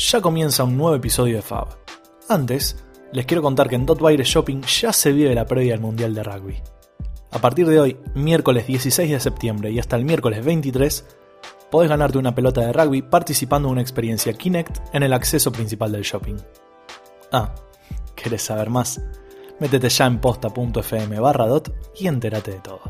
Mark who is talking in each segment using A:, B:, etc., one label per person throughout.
A: Ya comienza un nuevo episodio de Fab. Antes, les quiero contar que en Dot Baile Shopping ya se vive la previa del Mundial de Rugby. A partir de hoy, miércoles 16 de septiembre y hasta el miércoles 23, podés ganarte una pelota de rugby participando en una experiencia Kinect en el acceso principal del shopping. Ah, ¿querés saber más? Métete ya en posta.fm barra dot y entérate de todo.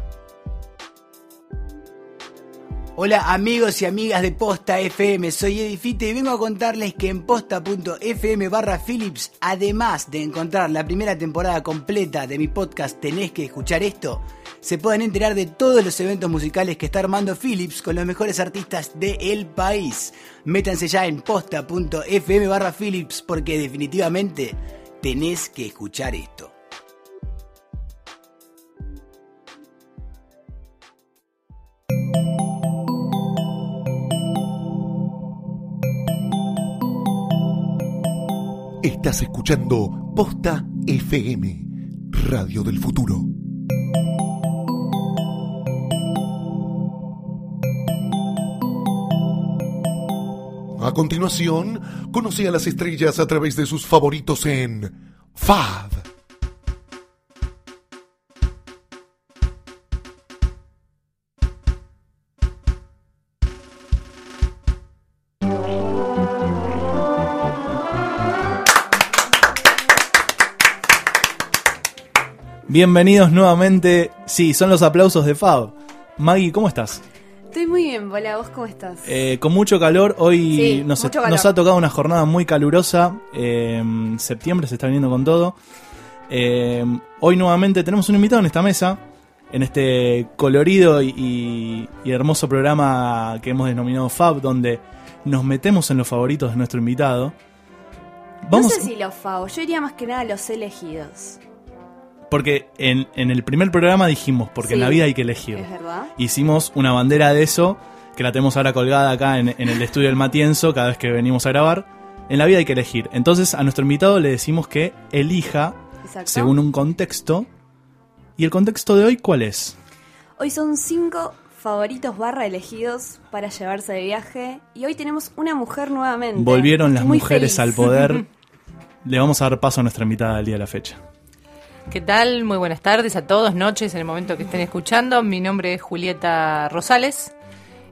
B: Hola amigos y amigas de Posta FM, soy Edifite y vengo a contarles que en posta.fm barra Philips, además de encontrar la primera temporada completa de mi podcast Tenés que escuchar esto, se pueden enterar de todos los eventos musicales que está armando Philips con los mejores artistas del país. Métanse ya en posta.fm barra Philips porque definitivamente tenés que escuchar esto.
C: Estás escuchando Posta FM, Radio del Futuro. A continuación, conoce a las estrellas a través de sus favoritos en FAD.
A: Bienvenidos nuevamente. Sí, son los aplausos de Fab. Maggie, ¿cómo estás?
D: Estoy muy bien, Bola, ¿vos cómo estás?
A: Eh, con mucho calor, hoy
D: Sí,
A: nos,
D: mucho calor.
A: nos ha tocado una jornada muy calurosa. eh, septiembre se está viniendo con todo. Eh, hoy nuevamente tenemos un invitado en esta mesa, en este colorido y, y- y hermoso programa que hemos denominado Fab, donde nos metemos en los favoritos de nuestro invitado.
D: No sé si los favos, yo diría más que nada los elegidos.
A: Porque en, en el primer programa dijimos, porque en
D: Sí.
A: la vida hay que elegir.
D: ¿Es verdad?
A: Hicimos una bandera de eso, que la tenemos ahora colgada acá en, en el estudio del Matienzo cada vez que venimos a grabar. En la vida hay que elegir. Entonces a nuestro invitado le decimos que elija
D: Exacto.
A: según un contexto. ¿Y el contexto de hoy cuál es?
D: Hoy son cinco favoritos barra elegidos para llevarse de viaje. Y hoy tenemos una mujer nuevamente.
A: Volvieron las
D: Estoy muy
A: mujeres
D: feliz.
A: al poder. le vamos a dar paso a nuestra invitada del día de la fecha.
E: ¿Qué tal? Muy buenas tardes a todos, noches, en el momento que estén escuchando. Mi nombre es Julieta Rosales.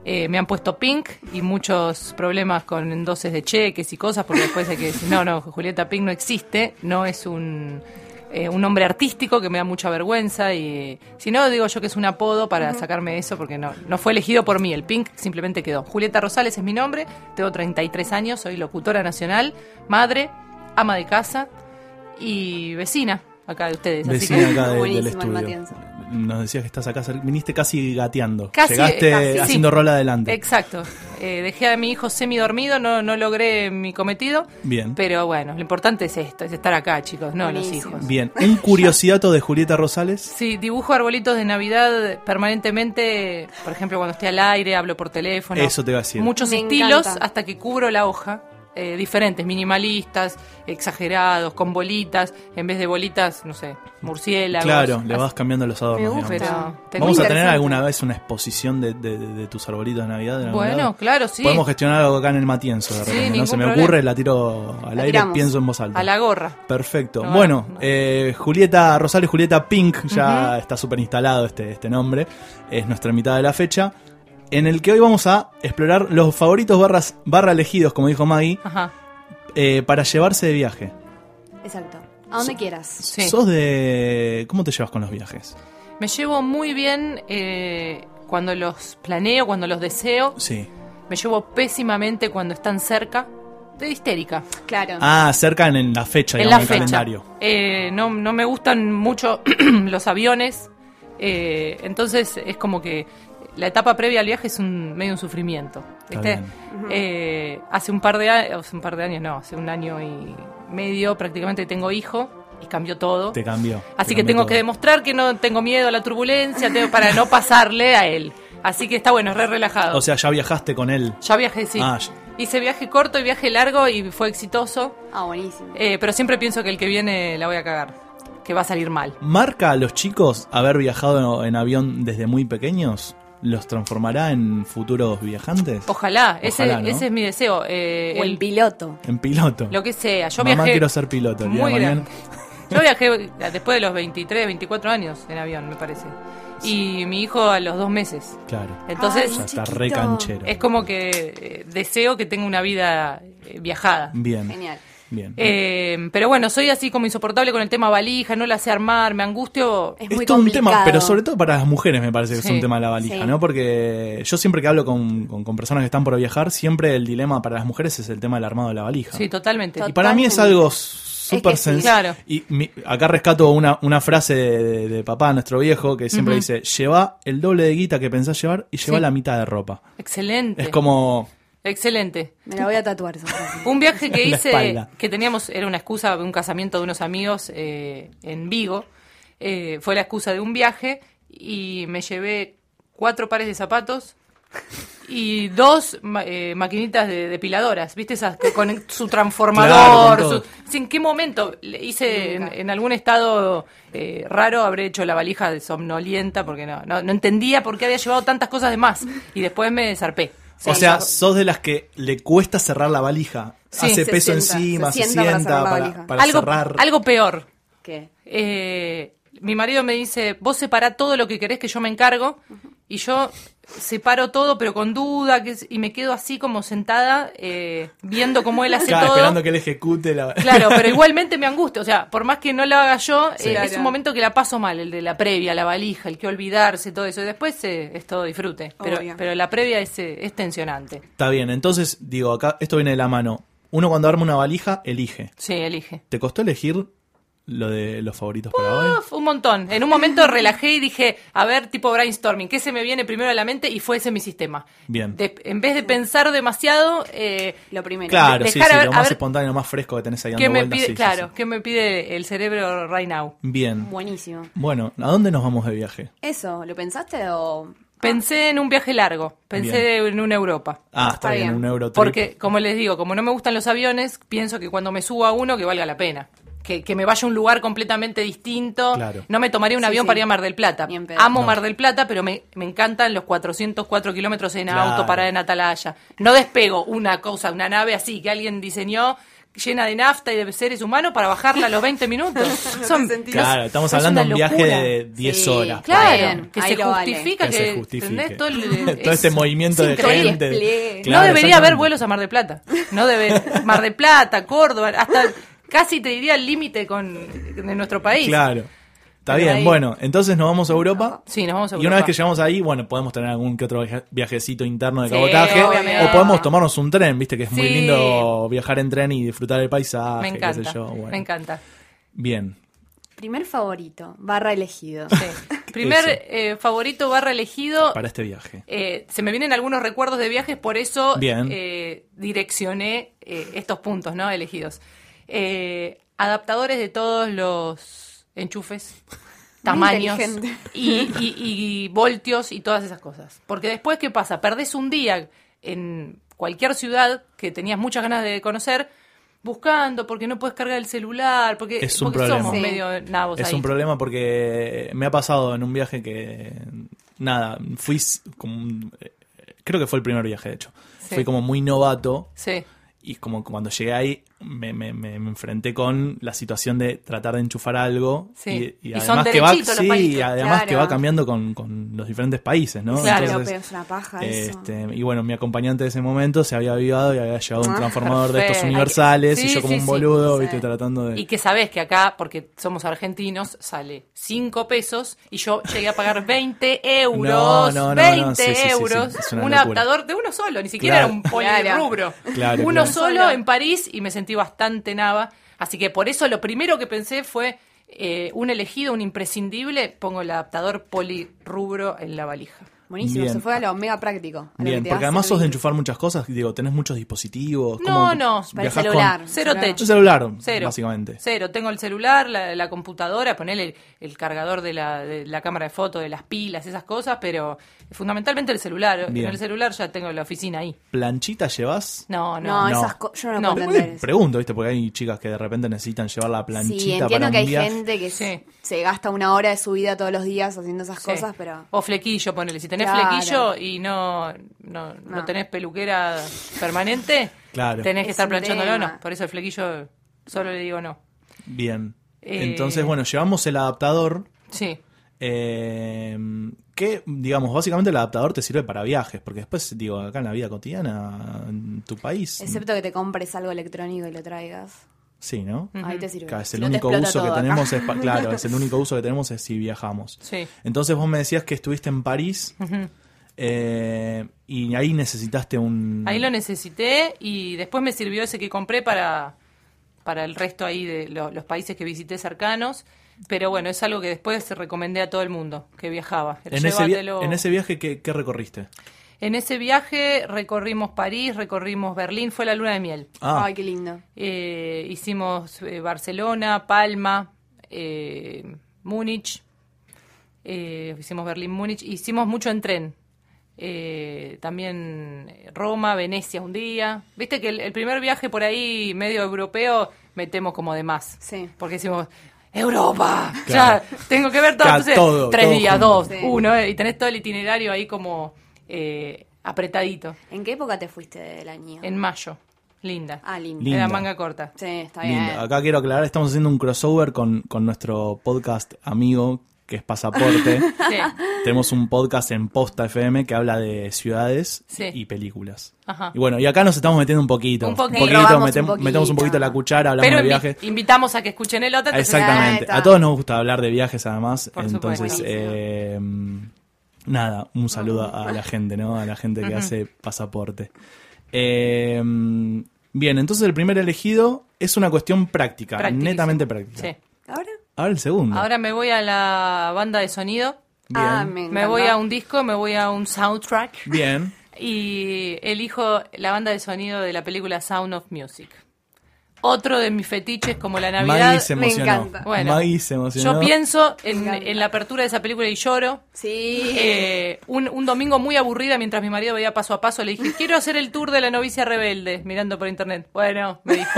E: Eh, me han puesto Pink y muchos problemas con dosis de cheques y cosas, porque después hay que decir, no, no, Julieta Pink no existe, no es un, eh, un nombre artístico que me da mucha vergüenza. y Si no, digo yo que es un apodo para sacarme eso, porque no, no fue elegido por mí, el Pink simplemente quedó. Julieta Rosales es mi nombre, tengo 33 años, soy locutora nacional, madre, ama de casa y vecina acá de ustedes. así
A: Vecina
E: que-
A: acá de- del
D: Buenísimo el
A: estudio.
D: Matienzo.
A: Nos decías que estás acá, cer- viniste casi gateando.
E: Casi,
A: Llegaste
E: eh, casi, sí.
A: haciendo rol adelante.
E: Exacto. Eh, dejé a mi hijo semidormido, no, no logré mi cometido.
A: Bien.
E: Pero bueno, lo importante es esto, es estar acá, chicos, no
D: Buenísimo.
E: los hijos.
A: Bien, un curiosidato de Julieta Rosales.
E: Sí, dibujo arbolitos de Navidad permanentemente, por ejemplo, cuando estoy al aire, hablo por teléfono.
A: Eso te iba a decir.
E: Muchos
D: Me
E: estilos
D: encanta.
E: hasta que cubro la hoja. eh, diferentes, minimalistas, exagerados, con bolitas, en vez de bolitas, no sé, murciélagos.
A: Claro, le
E: Así-
A: vas cambiando los adornos.
D: gusta.
A: digamos.
E: Pero te-
A: Vamos
D: Muy
A: a tener
D: interesante.
A: alguna vez una exposición de, de- de- de tus arbolitos de Navidad. de algún
E: Bueno,
A: lado?
E: claro, sí.
A: Podemos gestionar algo acá en el Matienzo de
E: Sí,
A: repente, ¿no?
E: ningún
A: Se me
E: problema.
A: ocurre, la tiro al
D: La
A: aire,
D: tiramos.
A: pienso en voz alta.
E: A la gorra.
A: Perfecto.
E: No,
A: bueno,
E: no.
A: eh, Julieta Rosales, Julieta Pink, ya está súper instalado este, este nombre. Es nuestra mitad de la fecha. En el que hoy vamos a explorar los favoritos barras, barra elegidos, como dijo Maggie,
E: Ajá.
A: eh, para llevarse de viaje.
D: Exacto. A donde quieras.
E: Sí.
A: ¿Sos de. ¿Cómo te llevas con los viajes?
E: Me llevo muy bien eh, cuando los planeo, cuando los deseo.
A: Sí.
E: Me llevo pésimamente cuando están cerca. De histérica.
D: Claro.
A: Ah, cerca en- en la fecha,
E: en
A: digamos,
E: la
A: el
E: fecha.
A: calendario.
E: Eh, no, no me gustan mucho los aviones. eh, entonces es como que la etapa previa al viaje es un medio un sufrimiento. ¿viste? Eh, hace un par de años, un par de años no, hace un año y medio prácticamente tengo hijo y cambió todo.
A: Te cambió.
E: Así
A: te
E: que
A: cambió
E: tengo
A: todo.
E: que demostrar que no tengo miedo a la turbulencia tengo- para no pasarle a él. Así que está bueno, es re relajado.
A: O sea, ya viajaste con él.
E: ya viajé, sí.
A: Ah, ya.
E: Hice viaje corto y viaje largo y fue exitoso.
D: Ah, buenísimo.
E: Eh, pero siempre pienso que el que viene la voy a cagar. Que va a salir mal.
A: ¿Marca a los chicos haber viajado en avión desde muy pequeños? ¿Los transformará en futuros viajantes?
E: Ojalá, ese,
A: Ojalá, ¿no?
E: ese es mi deseo. eh,
D: o el
E: el-
D: piloto.
A: En piloto.
E: lo que sea. Yo
A: Mamá,
E: viajé.
A: quiero ser piloto el día
E: Muy
A: de mañana.
E: grande. Yo viajé después de los 23, 24 años en avión, me parece. Y mi hijo a los dos meses.
A: Claro.
E: Entonces,
D: Ay,
A: Ya está
D: Chiquito.
A: re canchero.
E: es como que eh, deseo que tenga una vida eh, viajada.
A: Bien.
D: Genial.
A: Bien.
E: Eh, pero bueno, soy así como insoportable con el tema valija, no la sé armar, me angustio.
D: Es,
A: es
D: muy
A: todo un
D: complicado.
A: tema, pero sobre todo para las mujeres me parece que es
E: Sí,
A: un tema de la valija,
D: sí.
A: ¿no? Porque yo siempre que hablo con, con- con personas que están por viajar, siempre el dilema para las mujeres es el tema del armado de la valija.
E: Sí, totalmente.
A: Y para mí es
D: Totalmente.
A: algo súper
D: Es que sí.
A: sencillo.
E: Claro.
A: Y mi- acá rescato una, una frase de, de- de papá, nuestro viejo, que siempre dice, lleva el doble de guita que pensás llevar y lleva
E: Sí.
A: la mitad de ropa.
E: Excelente.
A: Es como...
E: Excelente.
D: Me la voy a tatuar. esa frase.
E: Un viaje que
A: La
E: hice,
A: espalda.
E: que teníamos, era una excusa de un casamiento de unos amigos eh, en Vigo. Eh, fue la excusa de un viaje y me llevé cuatro pares de zapatos y dos ma- eh, maquinitas de depiladoras, ¿viste? Esas que con su transformador.
A: Claro, con
E: su-
A: todo.
E: Sí, ¿En qué momento? Le hice en, en algún estado eh, raro, habré hecho la valija de somnolienta porque no, no, no entendía por qué había llevado tantas cosas de más y después me zarpé.
A: o
D: Sí.
A: sea, sos de las que le cuesta cerrar la valija.
E: Sí,
A: Hace
D: se
A: peso
D: sienta,
A: encima,
D: se
A: se
D: sienta para
A: sienta
D: cerrar la
A: para,
D: valija.
A: para
E: algo,
A: cerrar.
E: algo peor.
D: ¿Qué?
E: Eh, mi marido me dice, vos separá todo lo que querés que yo me encargo. Y yo separo todo, pero con duda, que es- y me quedo así como sentada, eh, viendo cómo él hace
A: Claro,
E: todo.
A: esperando que él ejecute la...
E: Claro, pero igualmente me angustia. O sea, por más que no la haga yo, eh, es
D: Claro.
E: un momento que la paso mal, el de la previa, la valija, el que olvidarse, todo eso. Y después eh, es todo disfrute. Pero,
D: Obvio.
E: pero la previa es, eh, es tensionante.
A: Está bien, entonces digo, acá esto viene de la mano. Uno cuando arma una valija, elige.
E: Sí, elige.
A: ¿Te costó elegir lo de los favoritos
D: Uh,
A: para hoy?
E: Uf, un montón. En un momento relajé y dije, a ver, tipo brainstorming, ¿qué se me viene primero a la mente? Y fue ese mi sistema.
A: Bien.
E: De- en vez de pensar demasiado, eh,
D: Lo primero.
A: Claro, sí,
E: Dejar
A: sí,
E: a ver-
A: lo
E: a
A: más
E: ver-
A: espontáneo, lo más fresco que tenés ahí dando
E: ¿qué me
A: vueltas,
E: pide?
A: sí, sí,
E: claro,
A: sí.
E: ¿qué me pide el cerebro right now?
A: Bien.
D: Buenísimo.
A: Bueno, ¿a dónde nos vamos de viaje?
D: Eso, ¿lo pensaste o...?
E: Pensé en un viaje largo, pensé en una Europa.
A: Ah, está
D: Está
A: bien,
D: bien.
A: un euro
E: Porque, como les digo, como no me gustan los aviones, pienso que cuando me suba a uno que valga la pena. Que, que me vaya a un lugar completamente distinto.
A: Claro.
E: No me tomaría un
D: Sí,
E: avión
D: sí.
E: para ir a Mar del Plata.
D: Ni en pedo.
E: Amo
A: No.
E: Mar del Plata, pero me, me encantan los 404 kilómetros en
A: Claro.
E: auto, parada en Atalaya. No despego una cosa, una nave así que alguien diseñó llena de nafta y de seres humanos para bajarla a los 20 minutos. Son-
D: sentido.
A: Claro, estamos
E: es
A: hablando de
E: una
A: un viaje
E: locura.
A: de 10
D: Sí,
A: horas.
E: Claro,
D: Bien,
E: que
D: ahí
E: se
D: lo vale.
E: justifica
A: Que
E: que,
A: se justifique.
E: ¿entendés? todo, el-
A: Todo
E: es-
A: este movimiento
E: es
A: de
E: increíble.
A: gente.
D: despliegue.
A: Claro,
E: no debería haber
A: exactamente.
E: vuelos a Mar del Plata. No debe. Mar del Plata, Córdoba, hasta casi te diría el límite con de nuestro país.
A: Claro. Está
E: Pero
A: bien,
E: ahí-
A: bueno, entonces nos vamos a Europa.
E: Sí, nos vamos a
A: Y una vez
E: Europa.
A: que llegamos ahí, bueno, podemos tener algún que otro viaje- viajecito interno de
E: Sí,
A: cabotaje.
E: obviamente.
A: O podemos tomarnos un tren, viste que es muy
E: Sí.
A: lindo viajar en tren y disfrutar el paisaje.
E: Me
A: qué
E: encanta.
A: sé yo, bueno.
E: Me encanta.
A: Bien,
D: Primer favorito, barra elegido.
E: Sí. Primer
A: Eso.
E: eh, favorito barra elegido.
A: para este viaje.
E: Eh, se me vienen algunos recuerdos de viajes, por eso
A: Bien.
E: eh, direccioné eh, estos puntos ¿no? elegidos. Eh, adaptadores de todos los enchufes, tamaños
D: inteligente.
E: y, y- y voltios y todas esas cosas. Porque después, ¿qué pasa? Perdés un día en cualquier ciudad que tenías muchas ganas de conocer buscando porque no puedes cargar el celular, porque,
A: Es un
E: porque
A: problema.
E: somos
D: Sí.
E: medio nabos
A: Es
E: ahí.
A: un problema porque me ha pasado en un viaje que. Nada, fui. s- Como, un- eh, creo que fue el primer viaje, de hecho.
E: Sí.
A: Fui como muy novato
E: Sí.
A: y como cuando llegué ahí me, me- me- me enfrenté con la situación de tratar de enchufar algo.
E: Sí.
A: Y,
E: Y son
A: además, que va,
E: derechitos los
A: sí,
E: países,
A: y además que
D: claro.
A: va cambiando con, con los diferentes países, ¿no?
E: Claro.
D: Pero, pero es una paja eso.
A: Este, y bueno, mi acompañante de ese momento se había avivado y había llevado un
D: Ah,
A: transformador de estos
E: perfecto.
A: universales y
E: Sí,
A: yo como
E: sí,
A: un
E: sí.
A: boludo,
D: Sí.
A: viste, tratando de...
E: Y que sabés que acá, porque somos argentinos, sale 5 pesos y yo llegué a pagar 20 euros.
A: No, no, no, no,
E: 20
A: sí, sí, sí, sí,
E: euros.
A: es una
E: un
A: locura.
E: adaptador de uno solo, ni siquiera
A: Claro.
E: era un polirrubro.
A: Claro,
E: uno
A: claro.
E: solo en París y me sentí bastante nava. Así que por eso lo primero que pensé fue eh, un elegido, un imprescindible, pongo el adaptador polirrubro en la valija.
D: Buenísimo,
A: Bien.
D: se fue a lo mega práctico. a lo que
A: Bien,
D: te
A: porque
D: va a
A: además sos de
D: servir.
A: enchufar muchas cosas, digo, tenés muchos dispositivos.
E: No,
A: ¿cómo
D: Para
E: no,
D: el
A: viajás con-
D: celular.
E: Cero techo.
A: Un celular,
E: Cero.
A: básicamente.
E: Cero. Tengo el celular, la, la computadora, poner el, el cargador de la, de la cámara de foto, de las pilas, esas cosas, pero fundamentalmente el celular.
A: Bien.
E: En el celular ya tengo la oficina ahí.
A: ¿Planchita llevas?
E: No,
D: No,
E: no.
A: No.
D: esas cosas yo no,
E: No.
D: puedo entender eso.
A: Pregunto, ¿viste? Porque hay chicas que de repente necesitan llevar la planchita
D: Sí,
A: para
D: entiendo
A: un
D: que hay
A: viaje.
D: gente que
E: Sí.
D: se- se gasta una hora de su vida todos los días haciendo esas
E: Sí.
D: cosas, pero...
E: Eh, O flequillo, ponele. Si tenés
D: Claro.
E: flequillo y no, no, no
D: No.
E: tenés peluquera permanente,
A: Claro.
E: tenés que
D: Es
E: estar
D: un
E: planchándolo.
D: tema.
E: No, por eso el flequillo solo le digo no.
A: Bien.
E: Eh.
A: Entonces, bueno, llevamos el adaptador.
E: Sí.
A: eh, que, digamos, básicamente el adaptador te sirve para viajes. Porque después, digo, acá en la vida cotidiana, en tu país.
D: Excepto que te compres algo electrónico y lo traigas.
A: Sí, ¿no?
D: Ahí te sirve.
A: Claro, es
D: Si
A: el
D: no te
A: único
D: explota
A: uso que
D: todo acá.
A: tenemos es pa- claro es el único uso que tenemos es si viajamos
E: Sí.
A: entonces vos me decías que estuviste en París eh, y ahí necesitaste un
E: Ahí lo necesité y después me sirvió ese que compré para, para el resto ahí de lo- los países que visité cercanos. Pero bueno, es algo que después recomendé a todo el mundo que viajaba.
A: en ese, via-
E: Llévatelo.
A: en ese viaje ¿qué, qué recorriste
E: En ese viaje recorrimos París, recorrimos Berlín, fue la luna de miel.
A: ah
D: Ay, qué lindo.
E: Eh, hicimos eh, Barcelona, Palma, eh, Múnich, eh, hicimos Berlín-Múnich, hicimos mucho en tren. Eh, también Roma, Venecia un día. Viste que el, el primer viaje por ahí medio europeo metemos como de más.
D: Sí.
E: Porque decimos, Europa,
A: Claro.
E: ya tengo que ver todo.
A: Claro,
E: Entonces,
A: todo,
E: tres
A: todo
E: días,
A: junto.
E: dos,
D: Sí.
E: uno, eh, y tenés todo el itinerario ahí como eh, apretadito.
D: ¿En qué época te fuiste del año?
E: En mayo, linda.
D: Ah, lindo.
A: Linda.
E: Era manga corta.
D: Sí, está bien.
A: lindo acá quiero aclarar estamos haciendo un crossover con, con nuestro podcast amigo que es pasaporte
E: Sí.
A: tenemos un podcast en Posta FM que habla de ciudades
E: Sí.
A: y películas
E: Ajá.
A: y bueno y acá nos estamos metiendo un poquito
E: Un poquito.
D: Robamos un
A: metem-
D: poquito.
A: metemos un poquito la cuchara hablamos
E: Pero
A: de
E: invi-
A: viajes
E: invitamos a que escuchen el otro. entonces-
D: Ahí
A: Exactamente.
D: está.
A: A todos nos gusta hablar de viajes, además.
E: Por supuesto.
A: Entonces,
D: Buenísimo.
A: eh, nada, un saludo a la gente, ¿no? A la gente que hace pasaporte. Eh, bien, entonces el primer elegido es una cuestión práctica,
E: Practiquísimo.
A: netamente práctica.
E: Sí.
D: ¿Ahora?
A: Ahora el segundo.
E: Ahora me voy a la banda de sonido,
A: Bien.
D: Ah, me encanta.
E: me voy a un disco, me voy a un soundtrack
A: Bien.
E: y elijo la banda de sonido de la película Sound of Music. Otro de mis fetiches como la Navidad.
A: Maggie se
D: me
A: emocionó.
D: encanta.
E: Bueno,
A: Maggie se emocionó.
E: Yo pienso en,
D: encanta.
E: en la apertura de esa película y lloro.
D: Sí.
E: Eh, un, un domingo muy aburrida mientras mi marido veía paso a paso, le dije, quiero hacer el tour de la novicia rebelde, mirando por internet. Bueno, me dijo.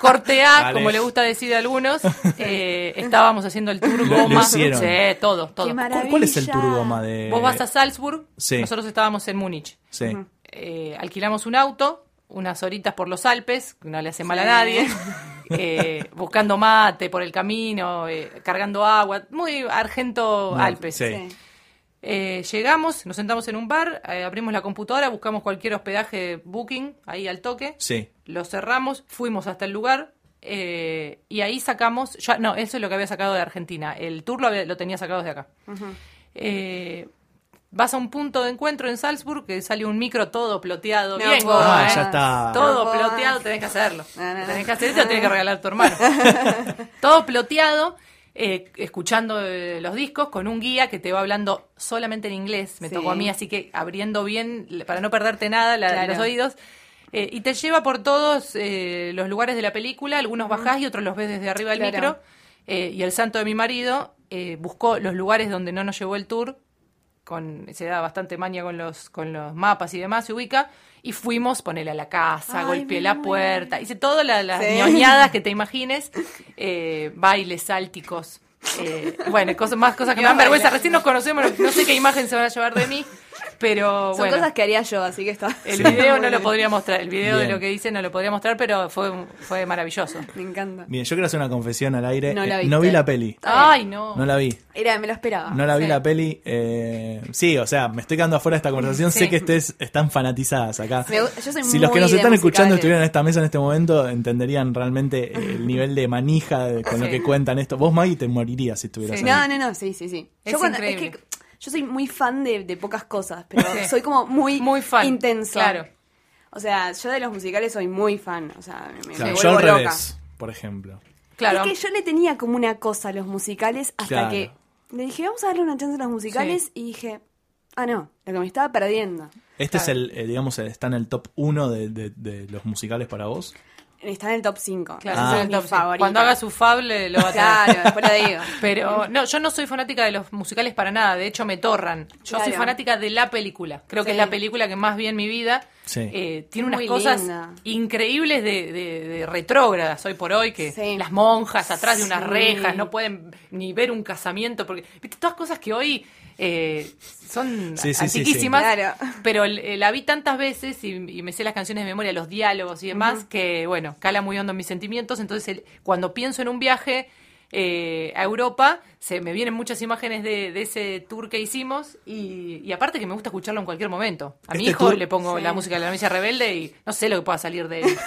E: Corte A,
A: Dale.
E: como le gusta decir a algunos, eh, estábamos haciendo el tour
A: Lo- lo
E: goma.
A: hicieron.
E: Sí, todo, todo.
D: Qué maravilla.
A: ¿Cuál, cuál es el turboma de...?
E: Vos vas a Salzburg,
A: Sí.
E: nosotros estábamos en Múnich.
A: Sí.
E: Eh, alquilamos un auto, unas horitas por los Alpes, que no le hace mal a nadie, eh, buscando mate por el camino, eh, cargando agua, muy argento Alpes.
A: Sí.
D: Sí.
E: Eh, llegamos, nos sentamos en un bar, eh, abrimos la computadora, buscamos cualquier hospedaje booking ahí al toque,
A: Sí.
E: lo cerramos, fuimos hasta el lugar eh, y ahí sacamos, ya no, eso es lo que había sacado de Argentina, el tour lo, había- lo tenía sacado de acá. Eh, vas a un punto de encuentro en Salzburg que sale un micro todo ploteado,
D: No
E: bien,
D: puedo
E: gordo,
A: Ah,
E: ¿eh?
A: ya está.
E: Todo
D: No puedo
E: ploteado,
D: más.
E: tenés que hacerlo.
D: No, no, no.
E: Tenés que hacer eso, tenés que regalar a tu hermano. Todo ploteado, eh, escuchando eh, los discos con un guía que te va hablando solamente en inglés. Me
D: Sí.
E: tocó a mí, así que abriendo bien, le- para no perderte nada, la-
D: Claro.
E: los oídos. Eh, y te lleva por todos eh, los lugares de la película, algunos bajás y otros los ves desde arriba del
D: Claro.
E: micro. Eh, y el santo de mi marido eh, buscó los lugares donde no nos llevó el tour, con, se da bastante maña con los, con los mapas y demás, se ubica, y fuimos, ponele a la casa,
D: Ay,
E: golpeé
D: me
E: la
D: muero.
E: puerta, hice todas la- las
D: Sí.
E: ñoñadas que te imagines, eh, bailes, sálticos, eh, bueno, cosas, más cosas que me dan vergüenza, recién nos conocemos, no sé qué imagen se van a llevar de mí, pero
D: Son
E: bueno.
D: cosas que haría yo, así que está.
E: El
A: Sí.
E: video no lo podría mostrar, el video
A: Bien.
E: de lo que hice no lo podría mostrar, pero fue, fue maravilloso.
D: Me encanta.
A: Bien, yo quiero hacer una confesión al aire.
D: No la
A: Eh, no
D: viste.
A: vi la peli.
E: Ay, no.
A: No la vi.
D: Era, me lo esperaba.
A: No la vi
E: Sí.
A: la peli. eh, sí, o sea, me estoy quedando afuera de esta conversación.
E: Sí.
A: Sé que ustedes están fanatizadas acá.
D: Me gu- yo soy
A: si los que
D: muy
A: nos
D: de
A: están escuchando
D: musicales.
A: estuvieran en esta mesa en este momento, entenderían realmente el nivel de manija de- con lo
E: Sí.
A: que cuentan esto. Vos, Maggie, te morirías si estuvieras
E: Sí.
A: ahí.
D: No, no, no, sí, sí, sí.
E: Es
D: yo cuando-
E: increíble.
D: que yo soy muy fan de, de pocas cosas, pero
E: Sí.
D: soy como muy,
E: Muy fan,
D: intensa.
E: claro.
D: O sea, yo de los musicales soy muy fan. O sea, me, me
A: Claro, yo
D: vuelvo
A: al
D: loca.
A: revés, por ejemplo.
D: Es
E: Claro.
D: que yo le tenía como una cosa a los musicales hasta
A: Claro.
D: que le dije, vamos a darle una chance a los musicales y dije, Ah, no, lo que me estaba perdiendo.
A: Este es el, eh, digamos, el- está en el top 1 de, de- de los musicales para vos.
D: Está en el top 5.
E: Claro,
A: Ah.
E: ese es el top cinco. Cuando haga su fable lo va a tener.
D: Claro, después lo digo.
E: Pero no, yo no soy fanática de los musicales para nada, de hecho me torran. Yo soy
D: Claro.
E: fanática de la película. Creo que
D: Sí.
E: es la película que más vi en mi vida.
A: Sí.
E: Eh, tiene
D: Muy
E: unas cosas
D: linda.
E: increíbles de, de- de retrógradas hoy por hoy, que
D: Sí.
E: las monjas atrás de unas
D: Sí.
E: rejas no pueden ni ver un casamiento, porque viste todas cosas que hoy eh, son
A: Sí, sí, sí, sí.
E: antiquísimas,
D: Claro.
E: pero eh, la vi tantas veces y, y me sé las canciones de memoria, los diálogos y demás, que bueno, cala muy hondo en mis sentimientos. Entonces, el- cuando pienso en un viaje eh, a Europa, se me vienen muchas imágenes de, de ese tour que hicimos y, y aparte que me gusta escucharlo en cualquier momento. A mi
A: Este
E: hijo
A: tour-
E: le pongo
D: Sí.
E: la música de la novicia rebelde y no sé lo que pueda salir de él.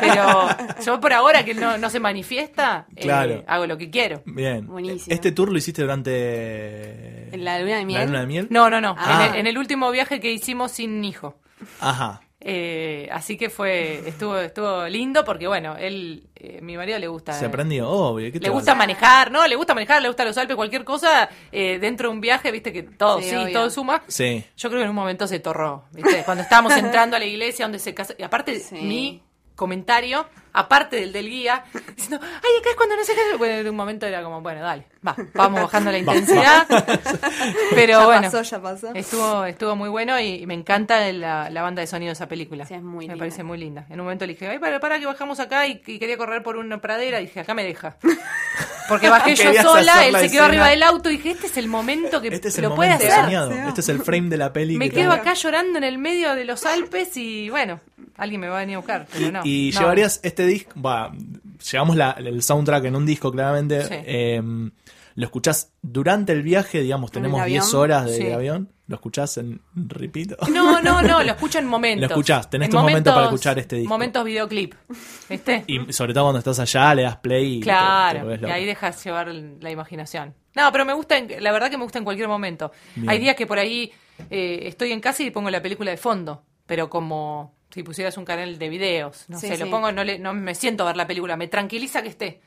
E: Pero yo por ahora que no, no se manifiesta, eh,
A: Claro.
E: hago lo que quiero.
A: Bien.
D: Buenísimo.
A: Este tour lo hiciste durante.
D: ¿En la luna de miel?
A: ¿La luna de miel?
E: No, no, no.
A: Ah.
E: En, el, en el último viaje que hicimos sin hijo.
A: Ajá.
E: Eh, así que fue estuvo estuvo lindo porque bueno él eh, mi marido le gusta
A: Se aprendió, obvio. ¿qué te
E: le
A: vale?
E: gusta manejar no le gusta manejar le gusta los Alpes cualquier cosa eh, dentro de un viaje viste que todo
D: Sí,
E: sí,
D: obvio.
E: todo suma
A: Sí.
E: yo creo que en un momento se torró ¿viste? cuando estábamos entrando a la iglesia donde se casa y aparte
D: Sí.
E: mi comentario aparte del del guía diciendo ay acá es cuando no se casa bueno en un momento era como bueno dale va vamos bajando la intensidad pero
D: ya
E: bueno
D: pasó, ya pasó.
E: Estuvo, estuvo muy bueno y y me encanta la, la banda de sonido de esa película.
D: Sí, es muy
E: me
D: linda.
E: parece muy linda. En un momento le dije, ay, para, para que bajamos acá y, y quería correr por una pradera. Y dije, acá me deja. Porque bajé yo
A: Querías
E: sola,
A: hacer
E: él
A: la
E: se quedó
A: escena.
E: arriba del auto y dije, este es el momento que
A: Este es el
E: lo puede
A: momento
E: hacer.
A: soñado.
D: Se va.
A: Este es el frame de la peli.
E: Me
A: que
E: quedo
A: tanto-
E: acá llorando en el medio de los Alpes y bueno, alguien me va a venir a buscar. Pero no,
A: y
E: No.
A: llevarías este disco. Va, llevamos la- el soundtrack en un disco, claramente.
E: Sí.
A: Eh, lo escuchás durante el viaje, digamos, tenemos
D: avión?
A: 10 horas de
E: Sí.
A: avión. Lo escuchás en repito.
E: No, no, no, lo escucho en momentos.
A: Lo escuchás, tenés
E: En
A: tu momento para escuchar este disco.
E: Momentos videoclip. ¿Viste?
A: Y sobre todo cuando estás allá, le das play y te- te
E: Claro,
A: volvés
E: y
A: loco.
E: ahí dejas llevar la imaginación. No, pero me gusta, en- la verdad que me gusta en cualquier momento.
A: Bien.
E: Hay días que por ahí eh, estoy en casa y pongo la película de fondo, pero como si pusieras un canal de videos, no
D: Sí,
E: sé,
D: sí.
E: lo pongo, no, le- no me siento a ver la película, me tranquiliza que esté.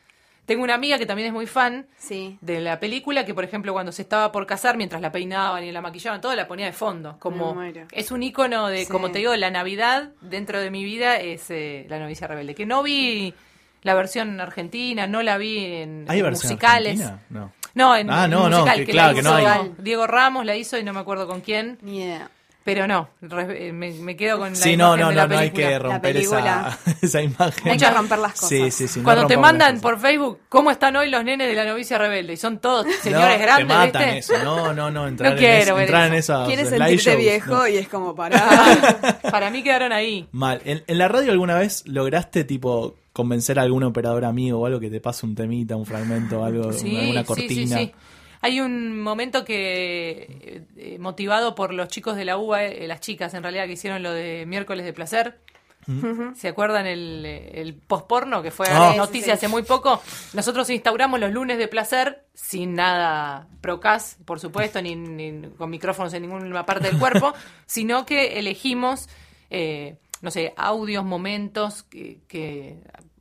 E: Tengo una amiga que también es muy fan
D: Sí.
E: de la película que, por ejemplo, cuando se estaba por casar, mientras la peinaban y la maquillaban, todo la ponía de fondo. Como
D: Me muero.
E: es un icono de,
D: Sí.
E: como te digo, la Navidad dentro de mi vida es eh, la novicia rebelde. Que no vi la versión argentina, no la vi en,
A: ¿Hay
E: en
A: versión
E: musicales.
A: argentina? No.
E: No, en,
A: Ah,
E: en
A: no, no,
E: musical,
A: que
E: que
A: claro
E: la
A: que no
E: hizo
D: hay.
E: Diego Ramos la hizo y no me acuerdo con quién,
D: Ni idea.
E: pero no, re- eh, me, me quedo con la
A: Sí, no,
E: imagen
A: no,
E: de
A: no,
E: la
A: no hay
E: película.
A: que romper esa,
D: película.
A: esa imagen.
D: Hay que romper las cosas.
A: Sí, sí, sí. no
E: Cuando te
A: rompamos
E: mandan
A: las
E: por
A: cosas.
E: Facebook, ¿cómo están hoy los nenes de la novicia rebelde? Y son todos
A: No,
E: señores grandes,
A: Te matan
E: ¿viste?
A: eso. No, no, no. Entrar, en,
E: quiero
A: eso,
E: ver
A: entrar en
E: eso.
A: esas
D: Quieres
A: slideshows,
D: sentirte
A: no.
D: viejo y es como para.
E: Para mí quedaron ahí.
A: Mal. ¿En, en la radio alguna vez lograste, tipo, convencer a algún operador amigo o algo que te pase un temita, un fragmento, algo, alguna cortina?
E: Sí, sí, sí. Hay un momento que, eh, motivado por los chicos de la UBA, eh, las chicas en realidad que hicieron lo de miércoles de placer, ¿se acuerdan el, el posporno que fue
A: Ah.
E: noticia
D: Sí, sí, sí.
E: hace muy poco? Nosotros instauramos los lunes de placer sin nada procas, por supuesto, ni, ni con micrófonos en ninguna parte del cuerpo, sino que elegimos, eh, no sé, audios, momentos que, que,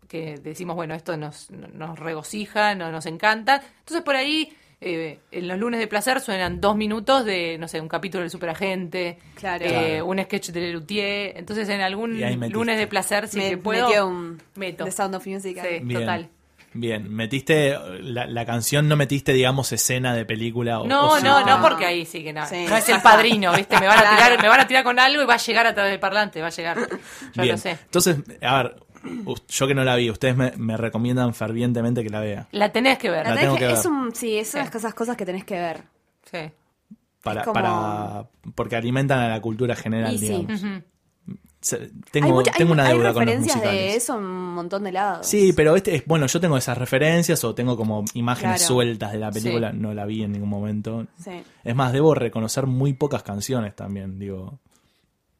E: que decimos, bueno, esto nos, nos regocija, no, nos encanta. Entonces por ahí... eh, en los lunes de placer suenan dos minutos de, no sé, un capítulo del Superagente,
D: Claro.
E: eh,
A: Claro.
E: un sketch de Lelutier. Entonces, en algún
A: Y ahí metiste.
E: lunes de placer, si
D: me,
E: que
D: me
E: puedo,
D: quedo un.
E: meto.
D: The Sound of Music.
E: Sí.
A: Bien.
E: Total.
A: Bien. Metiste la, la canción, no metiste, digamos, escena de película o o
E: No,
A: sí.
D: No.
E: no, no, porque ahí sí que no.
D: Sí.
E: No es el padrino, ¿viste? Me van, a
D: Claro.
E: tirar, me van a tirar con algo y va a llegar a través del parlante, va a llegar. Yo
A: Bien.
E: lo sé.
A: Entonces, a ver, us- yo que no la vi, ustedes me, me recomiendan fervientemente que la vea.
E: La tenés que ver.
A: La
D: La
A: tengo
D: tenés que-
A: que ver.
D: es un, sí, es una de
E: Sí.
D: esas cosas que tenés que ver.
E: Sí.
A: Para,
D: Es como-
A: para, porque alimentan a la cultura general,
D: Y sí.
A: digamos. Se-
D: Hay
A: tengo
D: mucha- hay
A: tengo
D: mu-
A: una
D: hay
A: deuda con los
D: referencias de
A: musicales.
D: eso en un montón de lados.
A: Sí, pero este es bueno, yo tengo esas referencias o tengo como imágenes
D: Claro.
A: sueltas de la película, no la vi en ningún momento.
D: Sí.
A: Es más, debo reconocer muy pocas canciones también, digo.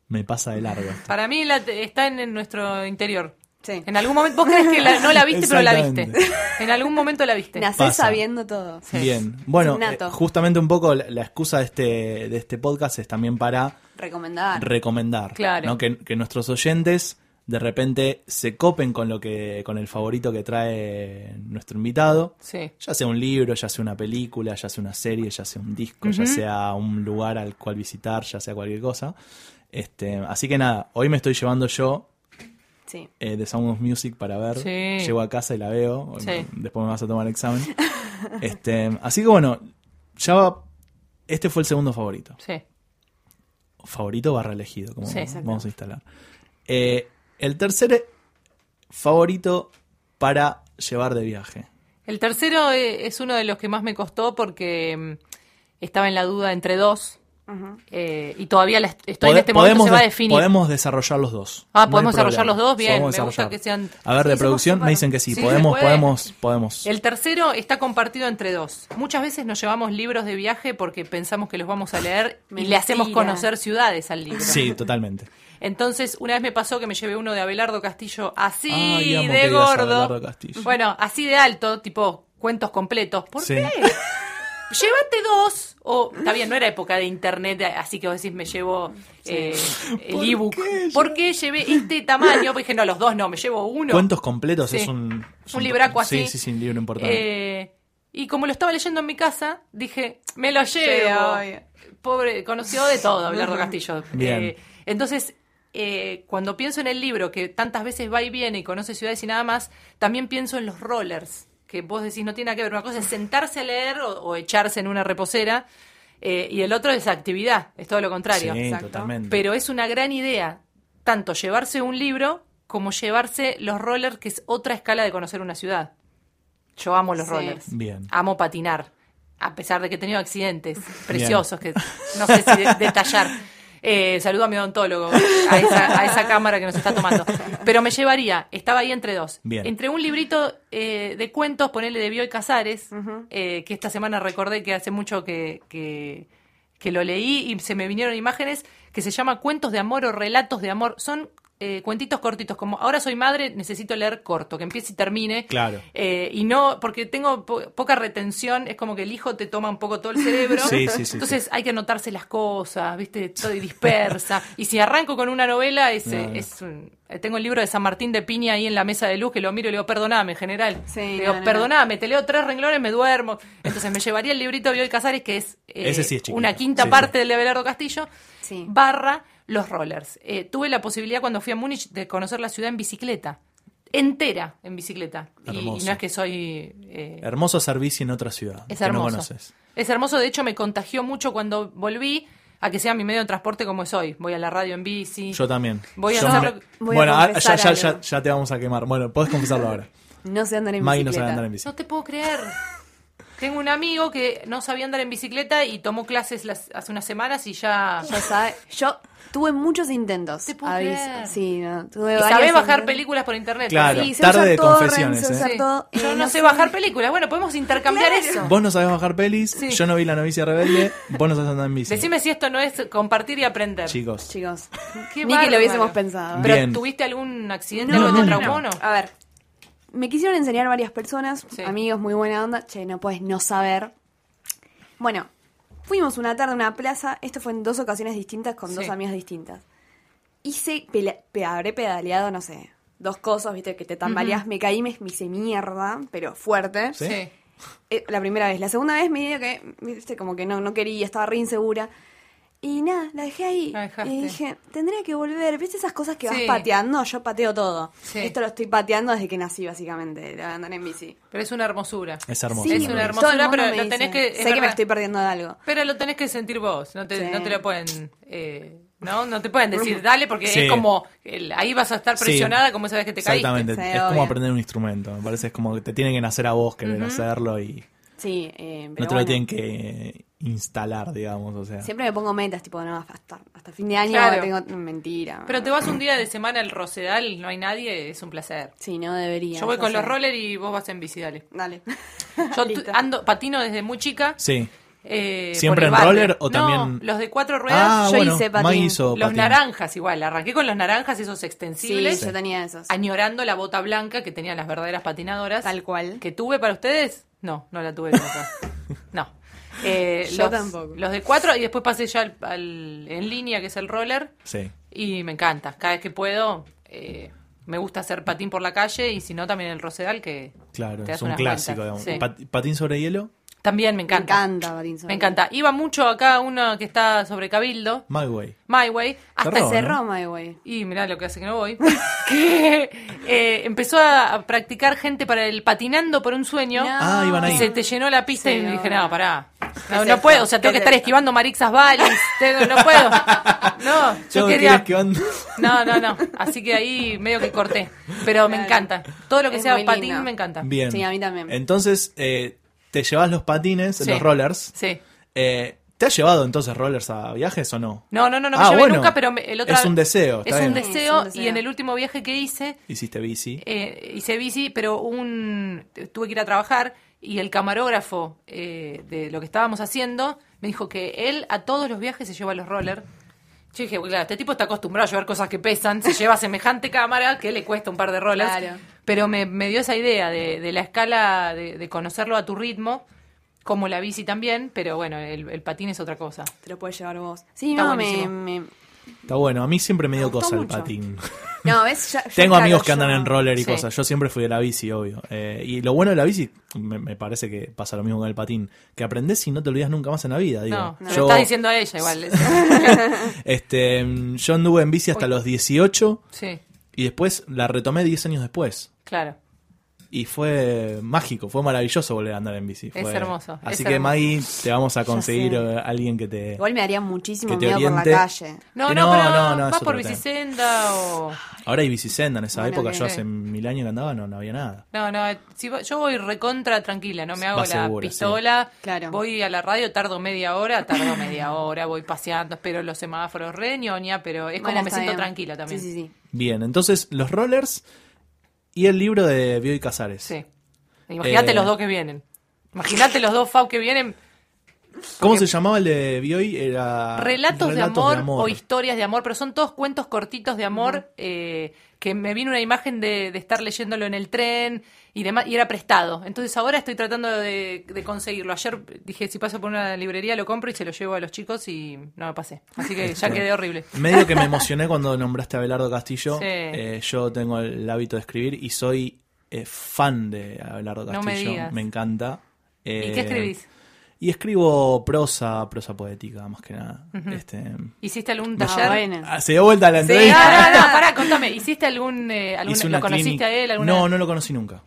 A: Me pasa de largo.
E: Para mí la te- está en, en nuestro interior.
D: Sí.
E: En este. algún momento, vos crees que la- no la viste, pero la viste.
A: Exactamente.
E: En algún momento la viste.
D: Nacés
A: Pasa.
D: sabiendo todo.
A: Bien, bueno,
D: Nato.
A: eh, justamente un poco la, la excusa de este, de este podcast es también para
D: Recomendar.
A: recomendar,
E: Claro.
A: ¿no? que, que nuestros oyentes de repente se copen con lo que con el favorito que trae nuestro invitado,
E: Sí.
A: ya sea un libro, ya sea una película, ya sea una serie, ya sea un disco, ya sea un lugar al cual visitar, ya sea cualquier cosa. Este, así que nada, hoy me estoy llevando yo
D: Sí.
A: eh, de Sound of Music para ver.
E: Sí.
A: Llego a casa y la veo. O-
E: Sí.
A: Después me vas a tomar el examen. este, así que bueno, ya va- Este fue el segundo favorito.
E: Sí.
A: Favorito barra elegido, como
E: Sí, exacto.
A: vamos a instalar. Eh, el tercer favorito para llevar de viaje.
E: El tercero eh, es uno de los que más me costó porque mm, estaba en la duda entre dos eh, y todavía la est- estoy en
A: Pode-
E: este momento se va a
A: de-
E: definir.
A: Podemos desarrollar los dos.
E: Ah,
A: hay
E: podemos desarrollar
A: problema.
E: los dos, bien,
A: Podemos
E: me gusta
A: desarrollar.
E: que sean-
A: A ver,
D: Sí,
A: de
D: somos
A: producción me
D: súper-
A: dicen que sí,
E: Sí, se
A: podemos,
E: puede.
A: podemos, podemos.
E: El tercero está compartido entre dos. Muchas veces nos llevamos libros de viaje porque pensamos que los vamos a leer y le
D: Mentira.
E: hacemos conocer ciudades al libro.
A: Sí, totalmente.
E: Entonces, una vez me pasó que me llevé uno de Abelardo Castillo así
A: Ay, amo que
E: de
A: digas
E: gordo.
A: Abelardo Castillo.
E: Bueno, así de alto, tipo cuentos completos. ¿Por
A: Sí.
E: qué? Llévate dos, o está bien, no era época de internet, así que vos decís, me llevo eh, el ebook. ¿Por qué llevé este tamaño? Pues dije, no, los dos no, me llevo uno.
A: Cuentos completos
E: Sí.
A: es un... es
E: Un libraco así.
A: Sí, sí, sí, un libro importante.
E: Eh, y como lo estaba leyendo en mi casa, dije, me lo llevo.
D: Llevo.
E: Pobre, conoció de todo Abelardo Castillo.
A: Bien.
E: Eh, entonces, eh, cuando pienso en el libro, que tantas veces va y viene y conoce ciudades y nada más, también pienso en los rollers, que vos decís no tiene nada que ver. Una cosa es sentarse a leer o, o echarse en una reposera, eh, y el otro es actividad, es todo lo contrario.
A: sí,
D: exacto.
A: totalmente.
E: Pero es una gran idea, tanto llevarse un libro como llevarse los rollers, que es otra escala de conocer una ciudad. Yo amo los
D: Sí.
E: rollers.
A: Bien.
E: Amo patinar, a pesar de que he tenido accidentes preciosos que no sé si de- detallar. Eh, saludo a mi odontólogo, a esa, a esa cámara que nos está tomando. Pero me llevaría, estaba ahí entre dos.
A: Bien.
E: Entre un librito eh, de cuentos, ponele de Bioy Casares, eh, que esta semana recordé que hace mucho que, que, que lo leí y se me vinieron imágenes, que se llama Cuentos de Amor o Relatos de Amor. Son eh, cuentitos cortitos, como ahora soy madre, necesito leer corto, que empiece y termine.
A: Claro.
E: Eh, y no, porque tengo po- poca retención, es como que el hijo te toma un poco todo el cerebro.
A: Sí, sí, sí,
E: Entonces hay que anotarse las cosas, ¿viste? Todo dispersa. y si arranco con una novela, es, eh, es un- eh, tengo el libro de San Martín de Piña ahí en la mesa de luz que lo miro y le digo, perdoname, general.
D: Sí,
E: Le
D: no,
E: digo,
D: no, no.
E: perdoname, te leo tres renglones, me duermo. Entonces me llevaría el librito de Bioy Casares, que es, eh,
A: Ese sí es chiquito.
E: una quinta
A: Sí,
E: parte del de Abelardo Castillo,
D: Sí.
E: barra los rollers. Eh, tuve la posibilidad cuando fui a Múnich de conocer la ciudad en bicicleta. Entera en bicicleta. Y- Y,
A: Hermoso.
E: no es que soy eh,
A: Hermoso servicio en otra ciudad
E: es
A: que no
E: hermoso.
A: conoces.
E: Es hermoso, de hecho me contagió mucho cuando volví a que sea mi medio de transporte como es hoy. Voy a la radio en bici.
A: Yo también.
E: Voy a
A: Yo
E: hacer
A: me-
D: lo- voy a
A: Bueno, ah, ya,
D: confesar
A: ya,
D: algo.
A: ya, ya te vamos a quemar. Bueno, podés confesarlo ahora.
D: No sé andar en
A: Maggie no
D: bicicleta.
A: sabe andar en bici.
E: No te puedo creer. Tengo un amigo que no sabía andar en bicicleta y tomó clases las- hace unas semanas y ya...
D: Ya sabe- Yo tuve muchos intentos.
E: Te puedo
D: aviso.
E: creer.
D: Sí, no. Tuve
E: Y
D: varios
E: sabés bajar
D: intentos.
E: películas por internet.
A: Claro.
D: Sí, sé
A: tarde
D: usar
A: de
D: todo, Ren,
A: confesiones,
D: sé
A: ¿eh?
D: usar
E: Sí.
D: todo. Eh,
E: Yo no, sé bajar películas. Bueno, podemos intercambiar
D: Claro.
E: eso.
A: Vos no sabés bajar pelis, yo no vi La novicia rebelde, vos no sabés andar en bici.
E: Decime si esto no es compartir y aprender.
A: Chicos.
D: Chicos,
E: Qué
D: ni que lo
E: bárbaro.
D: hubiésemos pensado.
E: ¿Pero
A: Bien. Ah,
E: tuviste algún accidente
D: No,
E: algo te
D: no,
E: traumó
D: no.
E: o no?
D: A ver, me quisieron enseñar varias personas,
E: Sí.
D: amigos muy buena onda. Che, no puedes no saber. Bueno, fuimos una tarde a una plaza. Esto fue en dos ocasiones distintas con dos
E: Sí.
D: amigas distintas. Hice, pela- pe- habré pedaleado, no sé, dos cosas, viste, que te tambaleás. Me caí, me, me hice mierda, pero fuerte.
A: Sí.
D: Eh, la primera vez. La segunda vez me dio que, viste, como que no, no quería, estaba re insegura. Y nada, la dejé ahí.
E: La dejaste.
D: y dije, tendría que volver. ¿Viste esas cosas que vas
E: Sí.
D: pateando? Yo pateo todo.
E: Sí.
D: Esto lo estoy pateando desde que nací, básicamente, de andar en bici.
E: Pero es una hermosura.
A: Es hermoso.
D: Sí,
E: Es una
D: todo el
E: hermosura,
D: mundo
E: pero
D: me
E: lo tenés
D: dice,
E: que- es
D: Sé que me
E: verdad.
D: estoy perdiendo de algo.
E: Pero lo tenés que sentir vos, no te,
D: Sí.
E: no te lo pueden... eh, no, no te pueden decir, dale, porque
A: Sí.
E: es como, el- ahí vas a estar
A: Sí.
E: presionada como esa vez que te caíste.
A: Exactamente,
D: Sí,
A: es como
D: obvio.
A: aprender un instrumento. Me parece es como que te tienen que nacer a vos querer hacerlo y
D: Sí, eh,
A: no te
D: pero
A: lo
D: bueno,
A: tienen que instalar, digamos. O sea,
D: siempre me pongo metas, tipo, no, hasta, hasta fin de año
E: Claro.
D: tengo... Mentira.
E: Pero te vas un día de semana al Rosedal, no hay nadie, es un placer.
D: Sí, no debería.
E: Yo voy
D: ya
E: con
D: sé.
E: los rollers y vos vas en bici, dale.
D: Dale.
E: Yo tu-
D: Listo.
E: ando, patino desde muy chica.
A: sí.
E: eh,
A: ¿Siempre
E: por el
A: en
E: barrio.
A: roller o
E: No,
A: también-
E: los de cuatro ruedas.
A: Ah,
D: yo
A: bueno,
D: hice patín.
A: Maggie hizo
E: los
A: patín.
E: naranjas igual, arranqué con los naranjas esos
D: Sí,
E: extensibles,
D: yo tenía esos.
E: añorando la bota blanca que tenían las verdaderas patinadoras.
D: Tal cual.
E: ¿Que tuve para ustedes? No, no la tuve nunca. no. Eh,
D: Yo
E: los,
D: tampoco.
E: Los de cuatro y después pasé ya al, al- en línea, que es el roller,
A: Sí.
E: y me encanta. Cada vez que puedo, eh, me gusta hacer patín por la calle y si no también el Rosedal que
A: Claro,
E: te das
A: es un
E: unas
A: clásico.
E: vueltas.
A: digamos.
E: Sí.
A: Pat- patín sobre hielo,
E: También
D: Me
E: me encanta.
D: encanta, Barinzo.
E: Me encanta. Iba mucho acá uno que está sobre Cabildo,
A: my way.
E: My Way, hasta
A: Cerró,
E: ese-
D: Cerró, my way.
E: y mirá lo que hace que no voy, que eh, empezó a, a practicar gente para el patinando por un sueño.
D: No.
A: Ah, iban
E: Y
A: ahí.
E: se te llenó la pista
D: Sí,
E: y dije,
D: no.
E: no, pará.
D: ¿Qué
E: No,
D: es
E: no
D: esto?
E: puedo, o sea,
D: ¿Qué
E: tengo que
D: es
E: estar
D: esto?
E: esquivando Marixas Valles. tengo- no puedo. No, yo
A: Tengo que ir
E: quería.
A: esquivando.
E: No, no, no. Así que ahí medio que corté. Pero me
D: Claro.
E: encanta. Todo lo que
D: Es
E: sea
D: muy
E: patín
D: lindo.
E: me encanta.
A: Bien.
D: Sí, a mí también.
A: Entonces, eh, te llevas los patines,
E: Sí.
A: los rollers.
E: Sí.
A: Eh, ¿Te has llevado entonces rollers a viajes o no?
E: No, no, no, no me
A: Ah,
E: llevé
A: bueno.
E: nunca, pero me- el otro.
A: Es un deseo,
E: Es
A: está
E: un
A: bien.
E: deseo,
D: Es un
E: y en
D: deseo.
E: el último viaje que hice,
A: Hiciste bici.
E: eh, hice bici, pero un tuve que ir a trabajar y el camarógrafo eh, de lo que estábamos haciendo me dijo que él a todos los viajes se lleva los rollers. Yo dije, claro, este tipo está acostumbrado a llevar cosas que pesan, se lleva semejante cámara que le cuesta un par de rollers.
D: Claro.
E: Pero me, me dio esa idea de, de la escala, de, de conocerlo a tu ritmo, como la bici también, pero bueno, el, el patín es otra cosa.
D: Te lo puedes llevar vos. Sí,
E: Está
D: no, me,
E: buenísimo.
D: me-
A: Está bueno, a mí siempre me dio
D: gustó
A: cosa el
D: mucho.
A: patín.
D: No, ves, Ya- yo,
A: Tengo
D: claro,
A: amigos que andan
D: yo-
A: en roller y
E: Sí.
A: cosas. Yo siempre fui de la bici, obvio. Eh, y lo bueno de la bici, me, me parece que pasa lo mismo con el patín, que aprendes y no te olvidas nunca más en la vida. Digo.
E: no, se
A: Yo,
E: lo estás diciendo a ella igual.
A: este, mm, yo anduve en bici hasta los 18
E: sí,
A: y después la retomé 10 años después.
E: claro.
A: Y fue mágico, fue maravilloso volver a andar en bici.
E: Es
A: Fue-
E: hermoso, es
A: Así que,
E: hermoso.
A: Maggie, te vamos a conseguir
D: sé.
A: eh, alguien que te.
D: Igual me daría muchísimo
A: que te
D: miedo por la
A: oriente.
D: calle.
E: No,
A: Eh,
E: no,
A: no,
E: pero
A: no, no, es
E: vas
A: otro
E: por
A: tema.
E: bicicenda o...
A: Ahora hay bicisenda, en esa
D: Bueno,
A: época
D: que-
A: yo hace mil años que andaba, no, no había nada.
E: No, no, eh, si vo- yo voy recontra tranquila, no me hago
A: Va
E: la
A: segura,
E: pistola,
D: sí. Claro.
E: voy a la radio, tardo media hora, tardo media hora, voy paseando, espero los semáforos, re ñoña, pero es como
D: Bueno,
E: me
D: está
E: siento
D: bien.
E: tranquila también.
D: Sí, sí, sí.
A: Bien, entonces los rollers y el libro de Bioy Casares.
E: Sí. Imagínate
A: Eh.
E: los dos que vienen. Imagínate los dos Fau que vienen,
A: ¿Cómo se
E: Porque-
A: llamaba el de Bioy? Era
E: relatos, de, amor o historias de amor, pero son todos cuentos cortitos de amor eh, que me vino una imagen de, de estar leyéndolo en el tren y demás, y era prestado. Entonces ahora estoy tratando de, de conseguirlo. Ayer dije, si paso por una librería lo compro y se lo llevo a los chicos y no me pasé. Así que
A: Este,
E: ya quedé horrible.
A: Medio que me emocioné cuando nombraste a Abelardo Castillo.
E: Sí.
A: Eh, yo tengo el hábito de escribir y soy eh, fan de Abelardo
E: No me
A: Castillo.
E: digas.
A: encanta. Eh,
E: ¿Y qué escribís?
A: Y escribo prosa, prosa poética, más que nada. este,
E: ¿Hiciste algún
D: No,
E: taller?
D: bueno.
A: ah, se dio vuelta la
E: Sí, no,
A: entrevista.
E: no, no, pará, contame. ¿Hiciste algún, eh, algún-
A: Hice
E: lo
A: una
E: conociste
A: clínica-
E: a él? Alguna,
A: No, no lo conocí nunca.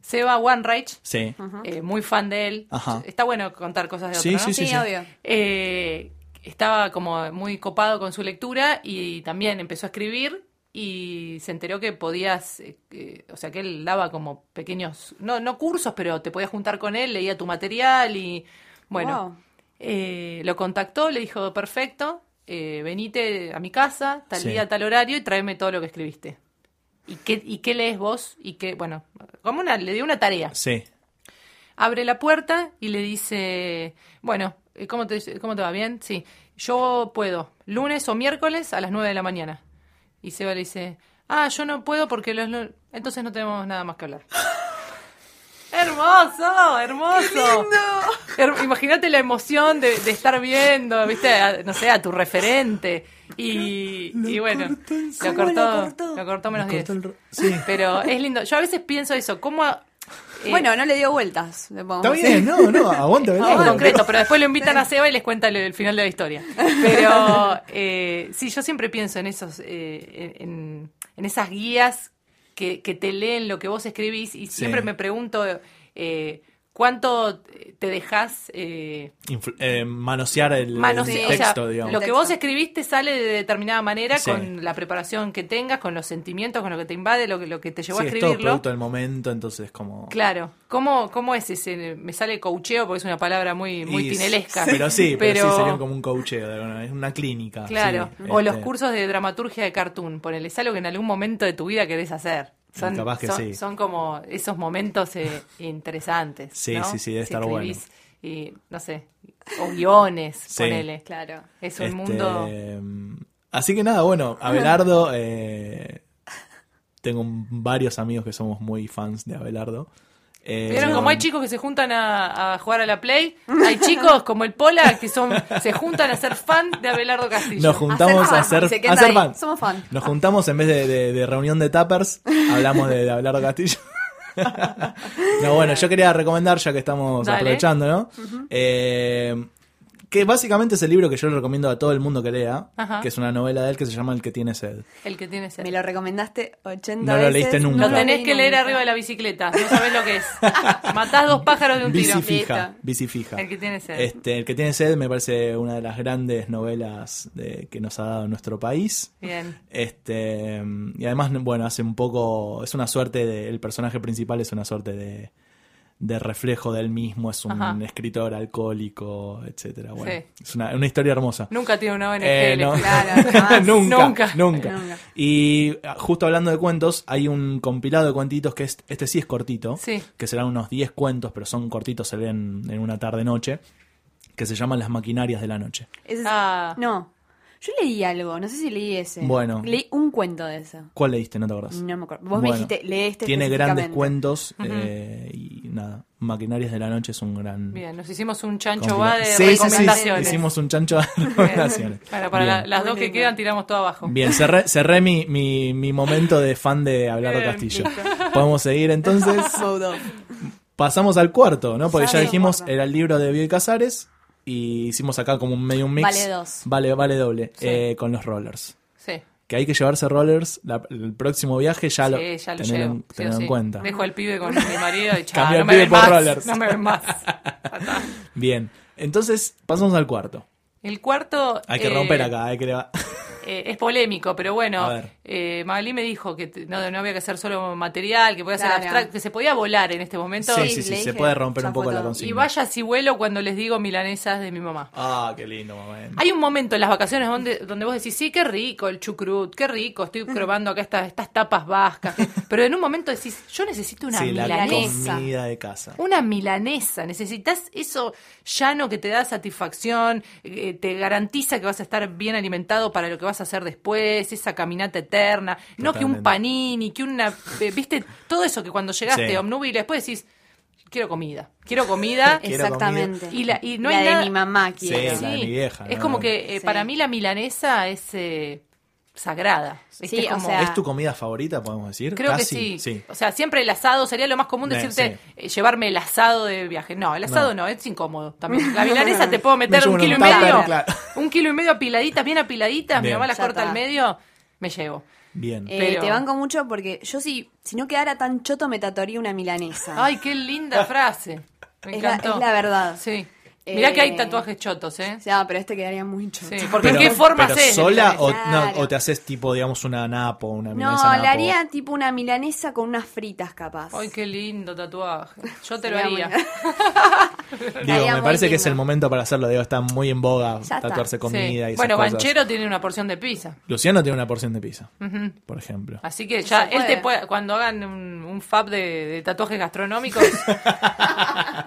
E: Seba Wanreich,
A: Sí.
E: eh, muy fan de él.
A: Ajá.
E: Está bueno contar cosas de otro,
A: Sí,
E: ¿no?
A: sí, sí,
D: Sí,
A: sí.
D: obvio.
E: Eh, estaba como muy copado con su lectura y también empezó a escribir y se enteró que podías, eh, eh, o sea, que él daba como pequeños, no, no cursos, pero te podías juntar con él, leía tu material y bueno,
D: Wow.
E: eh, lo contactó, le dijo, perfecto, eh, venite a mi casa, tal
A: Sí.
E: día, tal horario y tráeme todo lo que escribiste. ¿Y qué, ¿Y qué lees vos? Y qué, bueno, como una, le dio una tarea
A: Sí.
E: abre la puerta y le dice, bueno, eh, ¿cómo te, cómo te va? ¿Bien? Sí, yo puedo, lunes o miércoles a las 9 de la mañana. Y Seba le dice, ah, yo no puedo porque los lu- entonces no tenemos nada más que hablar. Hermoso, hermoso. Her- Imagínate la emoción de, de estar viendo, viste, a- no sé, a tu referente. Y, y bueno, lo
D: ¿Cómo lo
E: cortó,
D: cortó?
E: lo cortó menos
A: Me cortó
E: 10.
A: el ro- Sí.
E: Pero es lindo. Yo a veces pienso eso, ¿cómo... eh,
D: bueno, no le dio vueltas. le podemos
A: Está
D: decir.
A: bien, no, no, aguanta,
E: Ah,
A: Abelardo.
E: en concreto, pero después lo invitan a Seba y les cuenta el, el final de la historia. Pero eh, sí, yo siempre pienso en esos, eh, en, en esas guías que, que te leen lo que vos escribís y siempre me pregunto eh, cuánto te dejas eh,
A: Influ- eh, manosear el, el
E: manosear? O sea,
A: texto, digamos.
E: lo que vos escribiste sale de determinada manera
A: Sí.
E: con la preparación que tengas, con los sentimientos, con lo que te invade, lo que, lo que te llevó
A: Sí,
E: a
A: es todo
E: escribirlo.
A: producto del momento, entonces como...
E: Claro, ¿cómo, cómo es ese? Me sale coacheo porque es una palabra muy, muy
A: Y-
E: tinelesca.
A: Pero sí, pero, sí sería como un coacheo, de alguna- es una clínica.
E: Claro,
A: sí,
E: o
A: este,
E: los cursos de dramaturgia de cartoon, ponele, es algo que en algún momento de tu vida querés hacer. Son,
A: Capaz que
E: son,
A: sí.
E: son como esos momentos eh, interesantes.
A: Sí,
E: ¿no?
A: sí, sí, debe
E: Si
A: estar bueno.
E: escribís Y, no sé, o guiones,
A: Sí.
E: ponele.
D: Claro.
E: Es un
A: este, mm,
E: mundo...
A: Así que nada, bueno, Abelardo, eh, tengo un- varios amigos que somos muy fans de Abelardo. Eh,
E: Vieron como hay chicos que se juntan a, a jugar a la Play, hay chicos como el Pola que son se juntan a ser fan de Abelardo Castillo.
A: Nos juntamos
D: Hacer
A: a
D: fan,
A: hacer,
D: dice, ¿qué
A: a hacer
D: tal?
A: fan.
D: Somos fan.
A: Nos juntamos en vez de, de- de reunión de tappers, hablamos de, de Abelardo Castillo. no, bueno, yo quería recomendar, ya que estamos
E: Dale.
A: aprovechando, ¿no? Eh, que básicamente es el libro que yo le recomiendo a todo el mundo que lea,
E: Ajá.
A: que es una novela de él que se llama El que tiene sed.
E: El que tiene sed.
D: Me lo recomendaste 80
A: No lo
D: veces,
A: leíste nunca.
D: no
E: Lo
A: Lo
E: tenés
D: leí
E: que leer
D: nunca.
E: arriba de la bicicleta, no sabés lo que es. Matás dos pájaros de un tiro.
A: Bici fija,
E: Listo.
A: bici fija.
E: El que tiene sed.
A: Este, el que tiene sed me parece una de las grandes novelas de- que nos ha dado nuestro país.
E: Bien.
A: Este, y además, bueno, hace un poco. Es una suerte de. El personaje principal es una suerte de. de reflejo del mismo. Es un
E: Ajá.
A: escritor alcohólico, etcétera. Bueno,
E: Sí.
A: es una, una historia hermosa.
E: Nunca tiene una ONG.
A: Eh,
E: le-
A: no.
D: Claro, jamás.
A: nunca,
E: Nunca.
A: nunca,
D: Nunca.
A: Y ah, justo hablando de cuentos, hay un compilado de cuentitos que es, este sí es cortito,
E: Sí.
A: que serán unos 10 cuentos, pero son cortitos, se leen en una tarde-noche, que se llaman Las maquinarias de la noche.
D: Ese es-
E: Ah.
D: No, yo leí algo, no sé si leí ese.
A: Bueno.
D: Leí un cuento de eso.
A: ¿Cuál leíste? ¿No te acordás?
D: No me acuerdo. Vos me
A: Bueno,
D: dijiste, lee este
A: Tiene grandes
D: específicamente.
A: cuentos eh, y nada, Maquinarias de la Noche es un gran...
E: Bien, nos hicimos un chancho
A: compilado.
E: va de
A: sí, sí, sí, sí,
E: recomendaciones.
A: hicimos un chancho de recomendaciones.
E: Bueno, para
A: Bien.
E: la- las dos que
D: Buenísimo.
E: quedan tiramos todo abajo.
A: Bien, cerré, cerré mi, mi, mi momento de fan de Abelardo
E: Bien,
A: Castillo. Podemos seguir entonces. Pasamos al cuarto, ¿no? Porque ya
D: Pasamos al
A: dijimos,
D: cuarto.
A: era el libro de Bioy Casares y hicimos acá como un medio un mix.
D: Vale dos.
A: Vale, vale doble. eh, con los rollers.
E: Sí.
A: Que hay que llevarse rollers la- el próximo viaje, ya Ah, lo,
E: sí, ya lo
A: tener
E: llevo.
A: en-
E: sí o
A: tener en
E: sí.
A: cuenta.
E: Dejo al pibe con mi marido y chao.
A: Cambio
E: No
A: al
E: me
A: pibe
E: ven
A: por
E: más.
A: rollers.
E: No me ven más.
A: Bien, entonces pasamos al cuarto.
E: El cuarto.
A: Hay que
E: eh,
A: romper acá, hay que leva-
E: eh, es polémico, pero bueno.
A: A ver.
E: Eh, Magalí me dijo que t- no, no había que hacer solo material, que podía ser
D: Claro.
E: abstracto, que se podía volar en este momento.
A: Sí,
D: sí,
A: sí, sí,
D: le
A: se
D: dije,
A: puede romper
D: ya
A: un
D: fue
A: poco la
D: todo.
A: consigna.
E: Y vaya si vuelo cuando les digo milanesas de mi mamá.
A: Ah, qué lindo momento.
E: Hay un momento en las vacaciones donde, donde vos decís, sí, qué rico el chucrut, qué rico, estoy
A: Mm.
E: probando acá estas, estas tapas vascas. Pero en un momento decís, yo necesito una
A: sí, la
E: milanesa.
A: comida de casa.
E: Una milanesa, necesitas eso llano que te da satisfacción, eh, te garantiza que vas a estar bien alimentado para lo que vas a hacer después, esa caminata eterna, no que un
A: Totalmente.
E: panini, que una, eh, viste, todo eso que cuando llegaste
A: Sí.
E: omnubile, después decís, quiero comida, quiero comida,
A: Quiero
D: Exactamente.
E: y, la, y no
D: La
E: hay
D: de
E: nada-
D: mi mamá
A: Sí,
D: quiero.
A: la de mi vieja,
E: Es
A: ¿no?
E: como que eh,
D: Sí.
E: para mí la milanesa es eh, sagrada. ¿viste?
D: Sí,
E: Es como-
D: o sea,
A: ¿Es tu comida favorita, podemos decir?
E: creo
A: Casi,
E: que sí. O sea, siempre el asado sería lo más común
A: Eh,
E: decirte
A: sí.
E: eh, llevarme el asado de viaje. No, el asado no, es incómodo también. La milanesa te puedo
A: Me
E: meter
A: llevo
E: un kilo y
A: un tupper,
E: medio.
A: claro.
E: Un kilo y medio apiladitas, bien apiladitas, mi
A: Bien.
E: mamá las
D: Ya
E: corta
D: está.
E: al medio, me llevo.
A: Bien.
D: Eh,
E: Pero-
D: Te banco mucho porque yo si, si no quedara tan choto me tatuaría una milanesa.
E: Ay, qué linda frase. Me
D: Es la-
E: encantó.
D: es la verdad.
E: Sí. Mirá que hay
D: Eh,
E: tatuajes chotos, ¿eh?
D: O sea, pero este quedaría muy choto.
E: Sí, porque ¿en qué forma
A: pero
E: haces?
A: sola o,
D: Claro.
A: no, o te haces tipo, digamos, una napo, una
D: No,
A: milanesa napo?
D: le haría tipo una milanesa con unas fritas capaz.
E: Ay, qué lindo tatuaje. Yo te lo
D: Sería
E: haría.
D: muy-
A: Digo,
D: Estaría
A: me
D: muy
A: parece que
D: lindo.
A: es el momento para hacerlo. Digo, está muy en boga
D: Ya está.
A: tatuarse comida
E: Sí.
A: y esas
E: Bueno,
A: cosas.
E: Banchero tiene una porción de pizza.
A: Luciano tiene una porción de pizza, por ejemplo.
E: Así que ya,
D: Se
E: él te
D: puede.
E: puede, cuando hagan un, un fab de, de tatuajes gastronómicos,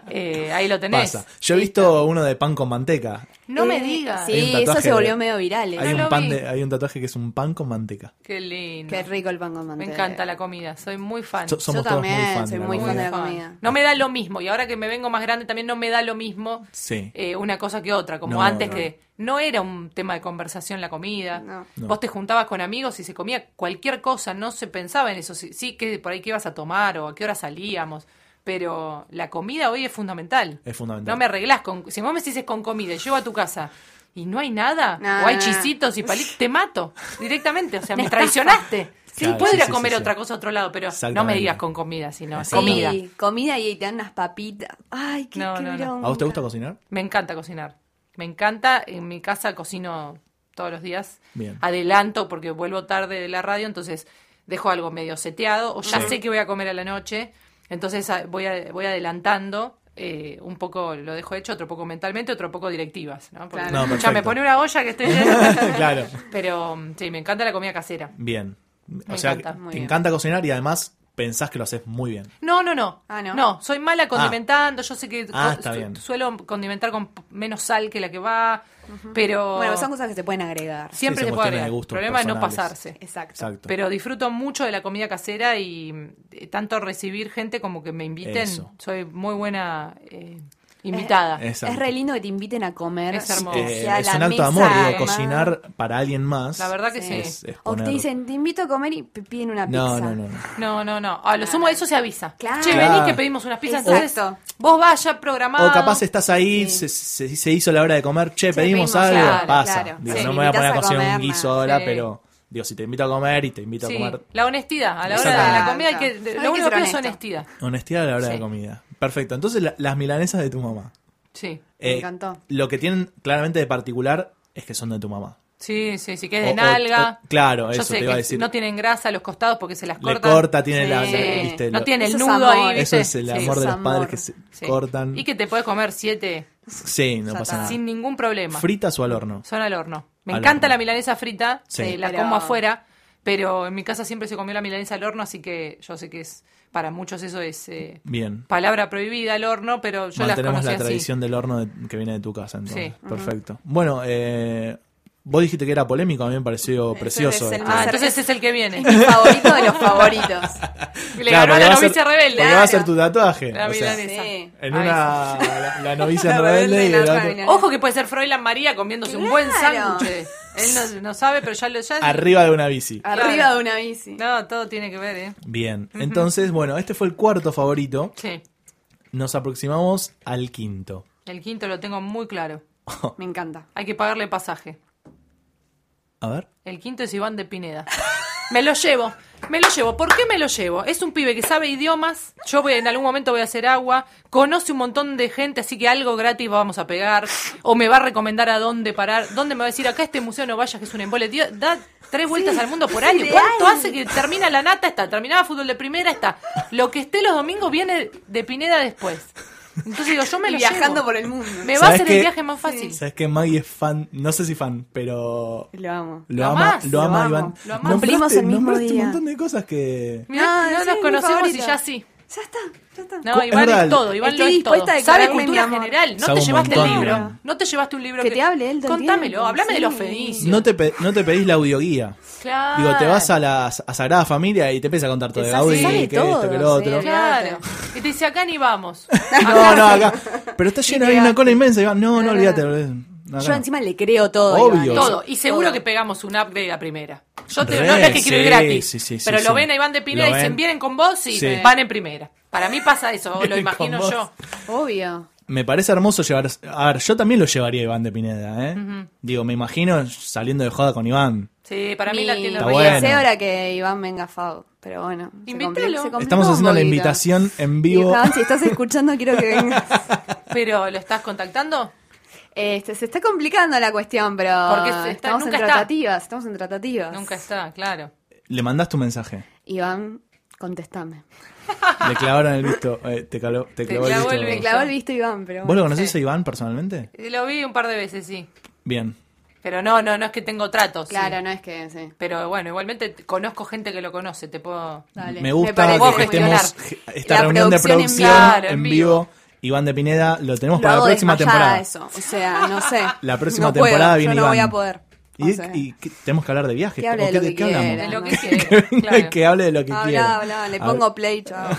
E: eh, ahí lo tenés.
A: Pasa. Yo he visto uno de pan con manteca.
E: No me
D: Eh,
E: digas.
A: Hay un
D: Sí, eso
A: tatuaje
D: se
A: de-
D: volvió medio viral. ¿eh?
A: Hay,
E: No lo
A: un pan
E: vi.
A: de- hay un tatuaje que es un pan con manteca.
E: Qué lindo.
D: Qué rico el pan con
E: me
D: manteca.
E: encanta la comida, soy muy fan.
A: So- somos
D: Yo
A: todos
D: también,
A: muy fans
D: soy
A: de la
D: muy fan
A: comida.
D: de la comida.
E: No me da lo mismo, y ahora que me vengo más grande también no me da lo mismo
A: Sí.
E: eh, una cosa que otra, como
A: No,
E: antes
A: no.
E: que no era un tema de conversación la comida.
D: No.
A: No.
E: Vos te juntabas con amigos y se comía cualquier cosa, no se pensaba en eso, sí, sí que por ahí que ibas a tomar o a qué hora salíamos, pero la comida hoy es fundamental.
A: Es fundamental.
E: No me arreglás con. Si vos me decís es con comida, llevo a tu casa y no hay nada,
D: No,
E: o hay
D: no, no.
E: chisitos y palitos, te mato directamente. O sea, me
D: Una estafa.
E: traicionaste. Sí,
A: Claro,
E: puedo
A: sí,
E: ir a
A: sí,
E: comer
A: sí, sí.
E: otra cosa a otro lado, pero no me
A: Exactamente.
E: digas con comida, sino
A: Sí.
E: comida.
D: Sí, comida y ahí te dan unas papitas. Ay, qué,
E: No,
D: qué
E: no, no.
D: bronca.
A: ¿A vos te gusta cocinar?
E: Me encanta cocinar. Me encanta. En mi casa cocino todos los días.
A: Bien.
E: Adelanto porque vuelvo tarde de la radio, entonces dejo algo medio seteado o ya sé que voy a comer a la noche. Entonces a- voy, a- voy adelantando. eh, un poco lo dejo hecho, otro poco mentalmente, otro poco directivas. ¿no? Porque
A: No,
E: ya
A: perfecto.
E: me pone una olla que estoy llena.
A: claro.
E: Pero mm, sí, me encanta la comida casera.
A: Bien.
E: Me
A: o sea,
E: encanta,
A: que
E: muy
A: te
E: bien.
A: encanta cocinar y además pensás que lo haces muy bien.
E: No, no, no.
D: Ah, ¿no?
E: soy mala condimentando. Yo sé que
A: Ah,
E: co-
A: está
E: su-
A: bien.
E: suelo condimentar con p- menos sal que la que va, pero
D: Bueno, son cosas que se pueden agregar.
E: siempre
A: Sí,
E: se
A: son
E: puede
A: cuestiones de
E: agregar. El
A: gustos
E: problema es no
A: personales.
E: pasarse.
D: Exacto.
A: Exacto.
E: Pero disfruto mucho de la comida casera y eh, tanto recibir gente como que me inviten.
A: Eso.
E: Soy muy buena eh, invitada.
A: Eh, Exacto.
D: Es re lindo que te inviten a comer.
E: Es hermoso.
D: y que
A: Eh,
D: sea
A: es
D: la
A: un acto de
D: mesa
A: amor, digo,
D: armada.
A: cocinar para alguien más.
E: la verdad que sí.
A: es, es
D: O que
A: poner-
D: te dicen, te invito a comer y p- piden una
A: no,
D: pizza.
A: no, no, no.
E: No, no, no. A lo sumo de eso se avisa.
D: Claro.
E: Che,
A: Claro.
E: venís que pedimos unas pizzas. Entonces,
D: Exacto.
E: vos vaya programado.
A: O capaz estás ahí, se, se- se hizo la hora de comer, che, pedimos,
D: pedimos,
A: algo,
D: claro,
A: pasa.
D: claro.
A: Digo,
E: Sí,
A: no
E: me
A: me voy a
D: invitás
A: poner a
D: a
A: cocinar
D: comer,
A: un guiso
D: nada.
A: ahora,
E: Sí.
A: pero digo, si te invito a comer y te invito
E: Sí,
A: a comer.
E: la honestidad. A la hora de la
D: Exactamente.
E: comida hay que.
D: Hay que
E: Lo único
D: ser
E: que pido es
D: honesto.
E: honestidad.
A: Honestidad a la hora de
E: Sí.
A: la comida. Perfecto. Entonces, la- las milanesas de tu mamá. Eh,
E: Sí.
D: Me encantó.
A: Lo que tienen claramente de particular es que son de tu mamá.
E: Sí, sí, sí, que es de
A: O- o-
E: nalga.
A: o- claro,
E: Yo
A: eso
E: sé
A: te iba a
E: que
A: decir.
E: No tienen grasa a los costados porque se las
A: Le
E: cortan.
A: corta, tiene la,
E: Sí.
A: la- viste,
E: no
A: lo-
E: tiene el
D: Eso es
E: nudo
D: amor.
E: ahí,
A: Eso
E: ¿viste?
A: es el
D: Sí,
A: amor
D: es
A: de los padres
D: amor.
A: que se
E: Sí.
A: cortan.
E: Y que te podés comer siete
A: Sí, no
D: Ya
A: pasa
D: está.
A: nada.
E: sin ningún problema.
A: ¿Fritas o al horno?
E: Son al horno. Me
A: Al
E: encanta
A: horno.
E: la milanesa frita,
A: Sí.
E: eh, la
D: Pero-
E: como afuera, pero en mi casa siempre se comió la milanesa al horno, así que yo sé que es para muchos eso es eh,
A: Bien.
E: palabra prohibida al horno, pero yo
A: Mantenemos
E: las conocí
A: la
E: así.
A: tradición del horno de- que viene de tu casa, entonces.
E: Sí. Ujú.
A: Perfecto. Bueno, eh, vos dijiste que era polémico, a mí me pareció precioso.
D: es el
A: esto.
E: Ah,
D: Más
E: entonces
D: cerca-
E: es el que viene.
D: Mi favorito de los favoritos.
E: Le
A: Claro,
E: ganó a
A: porque
E: la
A: va a ser-
E: novicia rebelde.
A: Porque va a ser
E: Claro.
A: tu tatuaje.
E: La
A: o sea,
E: milanesa.
D: Sí.
A: en
E: Ay,
A: una la, la novicia
D: La
A: rebelde
D: rebelde
A: y
D: y la
A: el
D: otra
A: otro-
D: milanesa.
E: Ojo que puede ser Froilán María comiéndose un buen
D: Claro.
E: sándwich. Él no, no sabe, pero ya lo ya.
A: arriba de una bici.
D: Arriba de una bici.
E: No, todo tiene que ver, ¿eh?
A: Bien, entonces, bueno, este fue el cuarto favorito.
E: Sí.
A: Nos aproximamos al quinto.
E: El quinto lo tengo muy claro.
D: Me encanta.
E: Hay que pagarle pasaje.
A: A ver.
E: El quinto es Iván de Pineda. Me lo llevo. Me lo llevo. ¿Por qué me lo llevo? Es un pibe que sabe idiomas. Yo voy, en algún momento voy a hacer agua. Conoce un montón de gente, así que algo gratis vamos a pegar. O me va a recomendar a dónde parar. ¿Dónde me va a decir acá a este museo no vayas que es un embole? Tío, da tres vueltas al mundo por
D: es
E: año.
D: ideal.
E: ¿Cuánto hace que termina la nata? Está. Terminaba fútbol de primera, está. Lo que esté los domingos viene de Pineda después. Entonces digo, yo me
D: Y
E: lo
D: viajando
E: llevo.
D: por el mundo.
E: Me va a
A: ¿Sabes
E: hacer
A: qué?
E: el viaje más fácil.
A: Sabes que Maggie es fan, no sé si fan, pero
D: Lo amo.
A: lo ama,
E: amás,
A: lo
E: lo
A: ama
D: amo,
A: Iván.
E: lo amás.
A: Nombraste-
D: Cumplimos el mismo
A: nombraste un
D: día.
A: montón de cosas que
E: Mirá,
D: No,
E: no
D: Ah, sí,
E: nos
D: mi
E: conocemos y
D: favorito.
E: ya sí.
D: Ya está, ya está.
E: No,
A: Co- es
E: Iván es,
A: verdad.
E: todo, Iván
D: Estoy
E: lo es todo.
D: dispuesta a
E: Sabe
D: declararme
E: cultura
D: mi amor.
E: general, no
A: Sabe
E: te
A: un
E: llevaste el
A: montón,
E: libro.
A: Iván.
E: No te llevaste un libro que,
D: Que te hable él todo el
E: Contámelo,
D: tiempo,
E: háblame de los
D: sí.
E: fenicios.
A: no te, pe- no te pedís la audioguía.
E: Claro.
A: Digo, te vas a la s- a Sagrada Familia y te empieza a contar todo de
D: Te sabe
A: Gaudí, que esto,
D: todo,
A: que
D: sí.
A: lo otro.
E: Claro. Y te dice, acá ni vamos.
A: No, no, acá. Pero está lleno, hay una cola inmensa. Iván. No, no,
D: no,
A: olvídate.
D: no.
A: boludo. Acá
D: Yo
A: no.
D: encima le creo todo.
A: Obvio.
D: Iván.
E: todo. Y seguro
D: Todo.
E: que pegamos un upgrade a primera. Yo te
A: Re,
E: no, no es que quiero ir
A: sí,
E: gratis.
A: sí, sí, sí,
E: pero lo
A: sí.
E: ven a Iván de Pineda y
A: Lo
E: dicen,
A: ven.
E: vienen con vos y
A: Sí.
E: van en primera. Para mí pasa eso, lo
A: Vienen
E: imagino
A: con vos.
E: yo.
D: Obvio.
A: Me parece hermoso llevar. A ver, yo también lo llevaría a Iván de Pineda, ¿eh? Digo, me imagino saliendo de joda con Iván.
E: Sí, para mí
D: Mi-
E: la tienda
A: Está
D: mi
A: bueno.
D: deseo era que Iván venga Fab, pero bueno. se
E: Invítalo.
D: compli- se complicó
A: Estamos
D: un
A: haciendo la
D: poquito.
A: invitación en
D: Y,
A: vivo.
D: Iván, si estás escuchando, quiero que vengas.
E: Pero, ¿lo estás contactando?
D: Este, se está complicando la cuestión, pero
E: Porque se está-
D: estamos en
E: nunca está.
D: tratativas, estamos en tratativas.
E: Nunca está, claro.
A: Le mandaste un mensaje.
D: Iván, contestame.
A: Le clavaron el visto. Eh, te, caló- te clavó
E: clavó
A: el
E: el
A: visto.
D: Me clavó el visto Iván, pero
A: ¿Vos
D: bueno.
A: lo conocés a Iván personalmente?
E: Lo vi un par de veces, sí.
A: Bien.
E: Pero no, no, no es que tengo tratos.
D: Claro, no es que sí.
E: Pero bueno, igualmente t- conozco gente que lo conoce, te puedo...
D: Dale.
A: Me
D: Me
A: gusta
D: parece
A: que
E: muy
A: estemos
E: bien.
A: esta
D: La
A: reunión de
D: producción en
A: producción
E: vivo.
A: en vivo. Iván de Pineda lo tenemos
D: Lo
A: para la
D: hago
A: próxima
D: desmayada
A: temporada.
D: eso, o sea, no sé.
A: La próxima
D: No puedo,
A: temporada viene
D: yo no
A: Iván.
D: voy a poder. O
A: ¿Y,
D: sea,
A: y qué- tenemos que hablar de viajes?
D: Que hable
A: ¿O
D: de
A: qué-
D: lo
A: de
D: que
A: qué hablamos?
D: quiera,
E: De lo
D: no
E: que
D: sé.
E: quiera,
A: Que venga y
E: claro.
A: que hable de lo que
D: habla,
A: quiera.
D: habla, le
A: A
D: pongo
A: ver,
D: play, chao.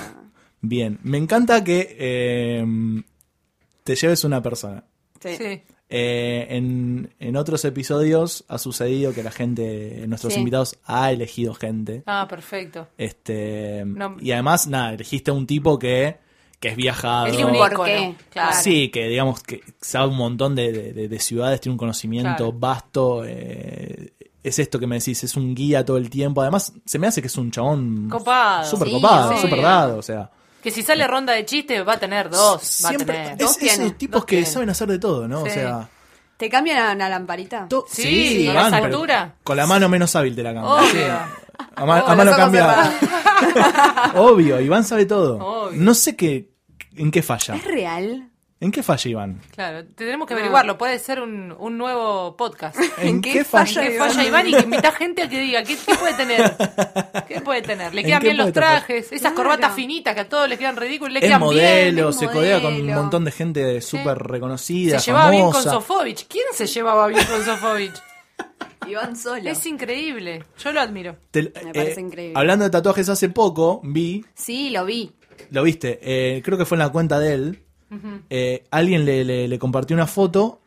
A: Bien, me encanta que eh, te lleves una persona.
D: Sí.
E: Sí.
A: Eh, en, en otros episodios ha sucedido que la gente, nuestros
D: Sí.
A: invitados, ha elegido gente.
E: Ah, perfecto.
A: Este,
E: No.
A: Y además, nada, elegiste a un tipo que, que es viajado.
E: Es
D: Tiene
E: un
D: un
E: ícono,
D: porqué,
E: claro.
A: Sí, que digamos que sabe un montón de, de- de- de ciudades, tiene un conocimiento
E: Claro.
A: vasto. eh, es esto que me decís, es un guía todo el tiempo. Además, se me hace que es un chabón
E: Copado.
A: súper
D: Sí,
A: copado,
D: sí.
A: súper dado. O sea,
E: Que si sale ronda de chistes va a tener dos, va a
A: siempre
E: tener.
A: es
D: Dos tiene,
A: esos tipos
E: dos
A: que
E: tiene.
A: saben hacer de todo, ¿no? O
E: Sí.
A: sea,
D: ¿Te cambian a una lamparita?
A: to-
E: Sí, a esa
A: van, pero
E: altura.
A: Con la mano menos hábil de la cama.
E: Obvio.
A: Sí. A, ma- a
D: Con
A: mano
D: los ojos
A: cambiada.
D: cerrados.
A: Obvio, Iván sabe todo.
E: Obvio.
A: No sé qué, en qué falla.
D: ¿Es real?
A: ¿En qué falla Iván?
E: Claro, tenemos que averiguarlo, puede ser un, un nuevo podcast.
A: ¿En,
D: qué
A: qué
D: falla
A: falla?
E: ¿Qué falla Iván y que invita gente a que diga, ¿qué, qué puede tener? ¿Qué puede tener. Le
A: ¿En
E: quedan
A: qué
E: bien los
A: puede tapar?
E: trajes, esas
D: Claro.
E: corbatas finitas que a todos les quedan ridículas, le
A: Es
E: quedan bien.
A: modelo,
D: es
A: se codea con un
D: modelo.
A: montón de gente súper reconocida,
E: Se llevaba bien con
A: famosa.
E: Sofovich. ¿Quién se llevaba bien con Sofovich?
D: Iván solo.
E: es increíble. Yo lo admiro.
A: Te- eh,
D: Me parece increíble.
A: Hablando de tatuajes, hace poco vi,
D: Sí, lo vi.
A: lo viste, eh, creo que fue en la cuenta de él. eh, alguien le, le- le compartió una foto.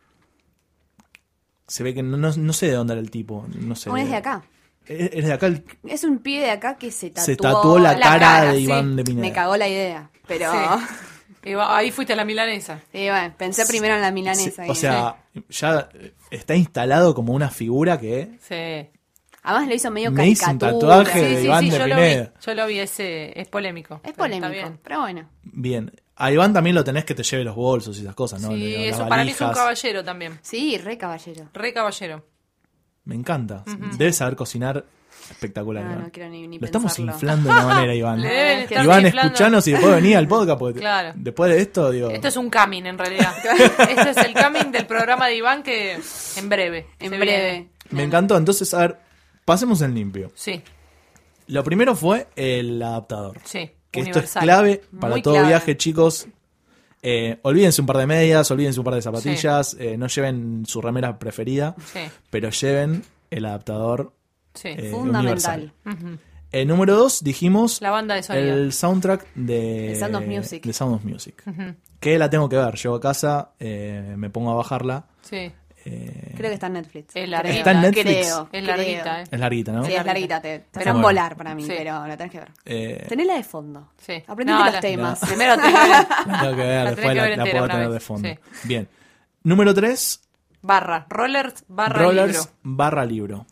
A: Se ve que no, no- no sé de dónde era el tipo. No sé.
E: Oh,
D: Uno es de acá.
A: Eh, Es de acá el-
D: Es un pibe de acá que se tatuó,
A: Se tatuó la cara de
D: sí.
A: Iván de Pineda.
D: Me cagó la idea, pero
E: Sí. Y va- ahí fuiste a la milanesa.
D: Sí, bueno, pensé primero en la milanesa.
A: se-
D: ¿eh? y-
A: o sea, ya eh, está instalado como una figura que
E: Sí.
D: además lo hizo medio
A: me hice un
D: caricatura.
A: tatuaje
E: Sí,
A: de
E: sí,
A: Iván
E: sí,
A: de
E: yo lo vi.
A: Pineda.
E: Yo lo vi, ese es polémico.
D: Es
E: pero está
D: polémico,
E: bien.
D: pero bueno.
A: Bien. A Iván también lo tenés que te lleve los bolsos y esas cosas, ¿no?
E: Sí,
A: Le- las
E: eso para mí es un
A: valijas.
E: caballero también.
D: Sí, re caballero.
E: Re caballero.
A: Me encanta. Debe saber cocinar espectacular,
D: No,
A: Iván.
D: no quiero ni, ni
A: Lo estamos
D: pensarlo.
A: inflando de una manera, Iván.
E: Le deben estar
A: Iván,
E: inflando.
A: escuchanos y después vení al podcast. Porque
E: Eh, Claro.
A: Después de esto, digo.
E: Esto es un coming en realidad. Esto es el coming del programa de Iván que en breve.
D: En
E: se
D: breve.
E: viene.
A: Me encantó. Entonces, a ver, pasemos en limpio.
E: Sí,
A: Lo primero fue el adaptador.
E: sí.
A: Que esto es
E: universal.
A: clave para
D: Muy
A: todo
D: clave.
A: viaje, chicos. Eh, olvídense un par de medias, olvídense un par de zapatillas. eh, no lleven su remera preferida,
E: Sí,
A: pero lleven el adaptador
E: sí.
A: eh,
D: Fundamental.
A: universal. Eh, número dos, dijimos
E: La banda de sonido.
A: el soundtrack de
D: De Sound of Music.
A: de Sound of Music. Que la tengo que ver. Llego a casa, eh, me pongo a bajarla.
E: Sí.
A: eh,
D: Creo que está en Netflix.
E: Es
D: Creo.
E: larguita.
A: Está en Netflix.
D: Creo.
E: Es larguita, ¿eh?
A: Es larguita, ¿no?
D: Sí, es larguita, te, te
E: Pero
D: hacen
A: bueno.
D: volar para mí,
E: Sí.
D: pero la tenés que ver.
A: Eh,
D: Tenela de fondo.
E: Sí.
D: Aprendete
E: No,
D: los
E: la-
D: temas.
E: no. Primero te digo-
A: la tengo que ver,
E: La tenés
A: después
E: que
A: la, la
E: ver entera
A: puedo
E: una
A: tener
E: vez.
A: de fondo.
E: Sí.
A: Bien. Número 3,
E: Barra. Rollers barra
A: Rollers
E: libro.
A: barra libro.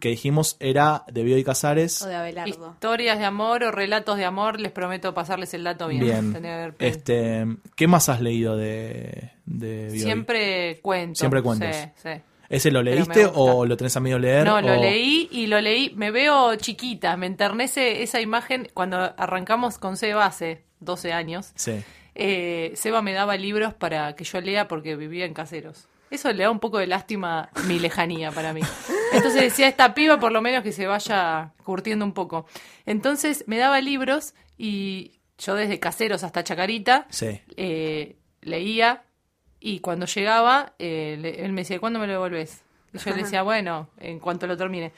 A: Que dijimos era de Bioy Casares.
D: O de Abelardo.
E: Historias de amor o relatos de amor. Les prometo pasarles el dato bien.
A: Bien.
E: Tendría que haber pedido.
A: Este, ¿Qué más has leído de, de Bioy?
E: Siempre cuento.
A: Siempre cuentos.
E: Sí, sí.
A: ¿Ese lo
E: Pero me
A: leíste
E: gusta.
A: o lo tenés a medio leer?
E: No, lo
A: o-
E: leí y lo leí. Me veo chiquita, me enternece esa imagen cuando arrancamos con Seba hace 12 años.
A: Sí.
E: eh, Seba me daba libros para que yo lea porque vivía en caseros. Eso le da un poco de lástima mi lejanía para mí. Entonces decía, esta piba por lo menos que se vaya curtiendo un poco. Entonces me daba libros y yo desde caseros hasta Chacarita
A: Sí.
E: eh, leía y cuando llegaba, eh, le- él me decía, ¿cuándo me lo devolvés? Y yo le decía, bueno, en cuanto lo termine.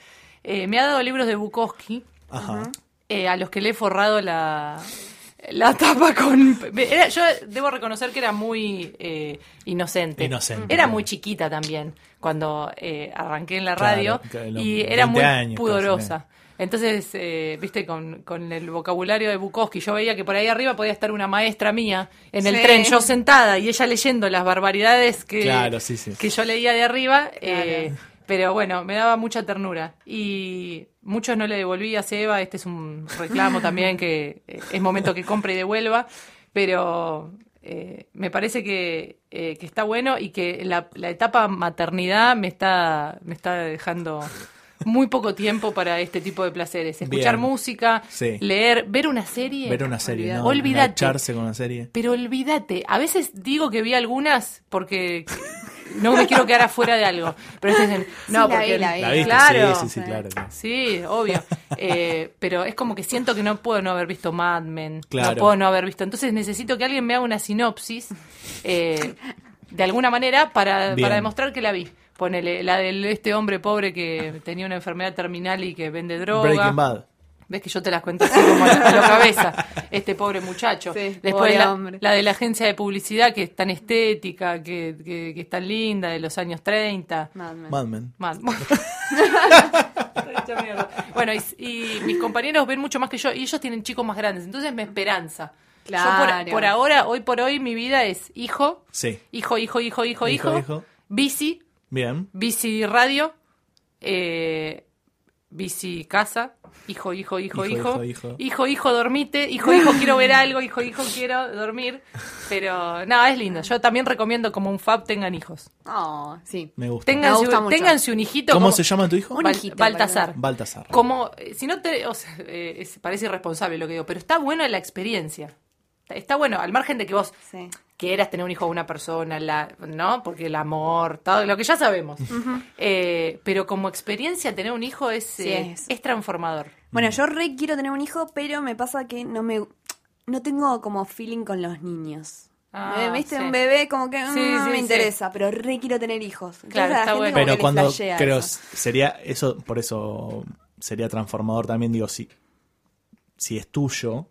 E: Eh, me ha dado libros de Bukowski,
A: Ajá.
E: eh, a los que le he forrado la, la tapa con... era- yo debo reconocer que era muy eh, inocente.
A: Inocente,
E: Era
A: claro.
E: muy chiquita también cuando eh, arranqué en la
A: Claro,
E: radio
A: que los
E: y
A: 20
E: era muy
A: años,
E: pudorosa.
A: casi,
E: Entonces, eh, viste, con, con el vocabulario de Bukowski, yo veía que por ahí arriba podía estar una maestra mía en el
D: Sí.
E: tren, yo sentada y ella leyendo las barbaridades que,
A: Claro, sí, sí.
E: que yo leía de arriba. eh, pero bueno, me daba mucha ternura. Y muchos no le devolví a Seba, este es un reclamo también que eh, es momento que compre y devuelva. Pero eh, me parece que, eh, que está bueno y que la, la etapa maternidad me está, me está dejando muy poco tiempo para este tipo de placeres. Escuchar
A: Bien.
E: música,
A: Sí.
E: leer, ver una serie.
A: Ver una serie, ¿no?
E: Olvídate.
A: Engancharse con una serie.
E: Pero olvídate, a veces digo que vi algunas porque no me quiero quedar afuera de algo. Pero ustedes dicen, no,
D: Sí, la
E: porque
D: vi, la vi.
A: ¿La viste?
E: Eh, Claro.
A: Sí, sí, sí, claro. claro.
E: Sí, obvio. Eh, pero es como que siento que no puedo no haber visto Mad Men.
A: Claro.
E: No puedo no haber visto. Entonces necesito que alguien me haga una sinopsis eh, de alguna manera para,
A: Bien.
E: para demostrar que la vi. Ponele, la de este hombre pobre que tenía una enfermedad terminal y que vende droga.
A: Breaking Bad.
E: Ves que yo te las cuento así como a la, a la cabeza, este pobre muchacho.
D: Sí,
E: Después
D: pobre
E: la,
D: hombre.
E: la de la agencia de publicidad que es tan estética, que, que, que es tan linda, de los años 30.
D: Mad Men.
A: Mad Men.
E: Mal. Estoy hecha mierda. bueno, y, y mis compañeros ven mucho más que yo y ellos tienen chicos más grandes, entonces me esperanza. Yo
D: Claro.
E: por, por ahora, hoy por hoy, mi vida es hijo,
A: Sí.
E: hijo, hijo, hijo, hijo,
A: Hijo,
E: hijo,
A: hijo.
E: bici,
A: Bien.
E: bici radio, eh, bici casa, hijo, hijo, hijo, hijo,
A: Hijo, hijo, hijo.
E: hijo, hijo, dormite, hijo, hijo, quiero ver algo, hijo, hijo, quiero dormir. Pero nada, es lindo. Yo también recomiendo como un fab tengan hijos.
D: Oh, sí.
A: Me gusta.
D: Me
E: Ténganse,
D: gusta mucho.
E: ténganse un hijito.
A: ¿Cómo
E: como-
A: se llama tu hijo?
D: Un
E: Bal-
D: hijito,
E: Baltasar.
A: Baltasar.
E: Como, eh, si no te, o sea, eh, es- parece irresponsable lo que digo, pero está buena la experiencia. Está Está, está bueno, al margen de que vos
D: Sí.
E: quieras tener un hijo de una persona, la, ¿no? Porque el amor, todo lo que ya sabemos. Eh, pero como experiencia tener un hijo es,
D: Sí,
E: eh,
D: es.
E: es transformador.
A: Mm.
D: Bueno, yo re quiero tener un hijo, pero me pasa que no me no tengo como feeling con los niños.
E: Ah,
D: Me- ¿Viste?
E: sí.
D: Un bebé como que mm,
E: Sí,
D: no
E: sí,
D: me
E: sí.
D: interesa, pero re quiero tener hijos. Entonces
E: Claro,
D: a la
E: está
D: gente
A: Pero
D: como
E: bueno. Como
D: que le
A: cuando
D: flashea
A: creo
D: eso.
A: sería eso, por eso sería transformador también, digo, si, si es tuyo,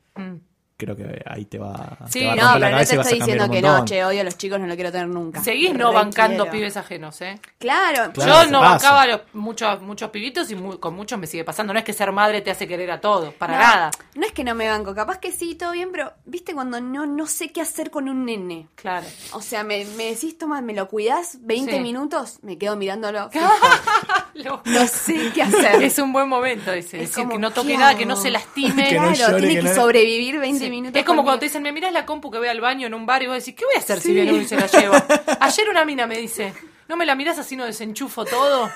A: creo que ahí te va,
E: Mm. Sí,
A: te va a romper la
D: No, pero
E: no,
D: no
A: cabeza
D: te
A: y vas
D: estoy
A: a cambiar
D: diciendo
A: un
D: que
A: montón.
D: no, che, odio a los chicos, no lo quiero tener nunca.
E: Seguís no
D: Re
E: bancando
D: quiero.
E: pibes ajenos, ¿eh?
D: Claro,
A: Claro,
E: Yo
A: se
E: no
A: pasa.
E: bancaba a los, muchos, muchos pibitos y mu- con muchos me sigue pasando. No es que ser madre te hace querer a todos, para
D: no,
E: nada.
D: No es que no me banco, capaz que sí, todo bien, pero viste cuando no, no sé qué hacer con un nene.
E: Claro.
D: O sea, me, me decís, toma, me lo cuidás 20
E: Sí.
D: minutos, me quedo mirándolo.
E: Lo-
D: No sé qué hacer.
E: es un buen momento ese.
D: Es
E: decir,
D: como,
E: que no
D: ¿qué
E: toque nada, que
D: hago?
E: no se lastime.
A: Que no
D: claro,
A: llore,
D: tiene
A: que
D: que,
A: no-
D: sobrevivir 20
E: Sí.
D: minutos.
E: Es como
D: conmigo.
E: cuando te dicen, me mirás la compu que voy al baño en un bar y vos decís, ¿qué voy a hacer
D: Sí.
E: si viene uno y se la lleva? Ayer una mina me dice, ¿no me la mirás así no desenchufo todo?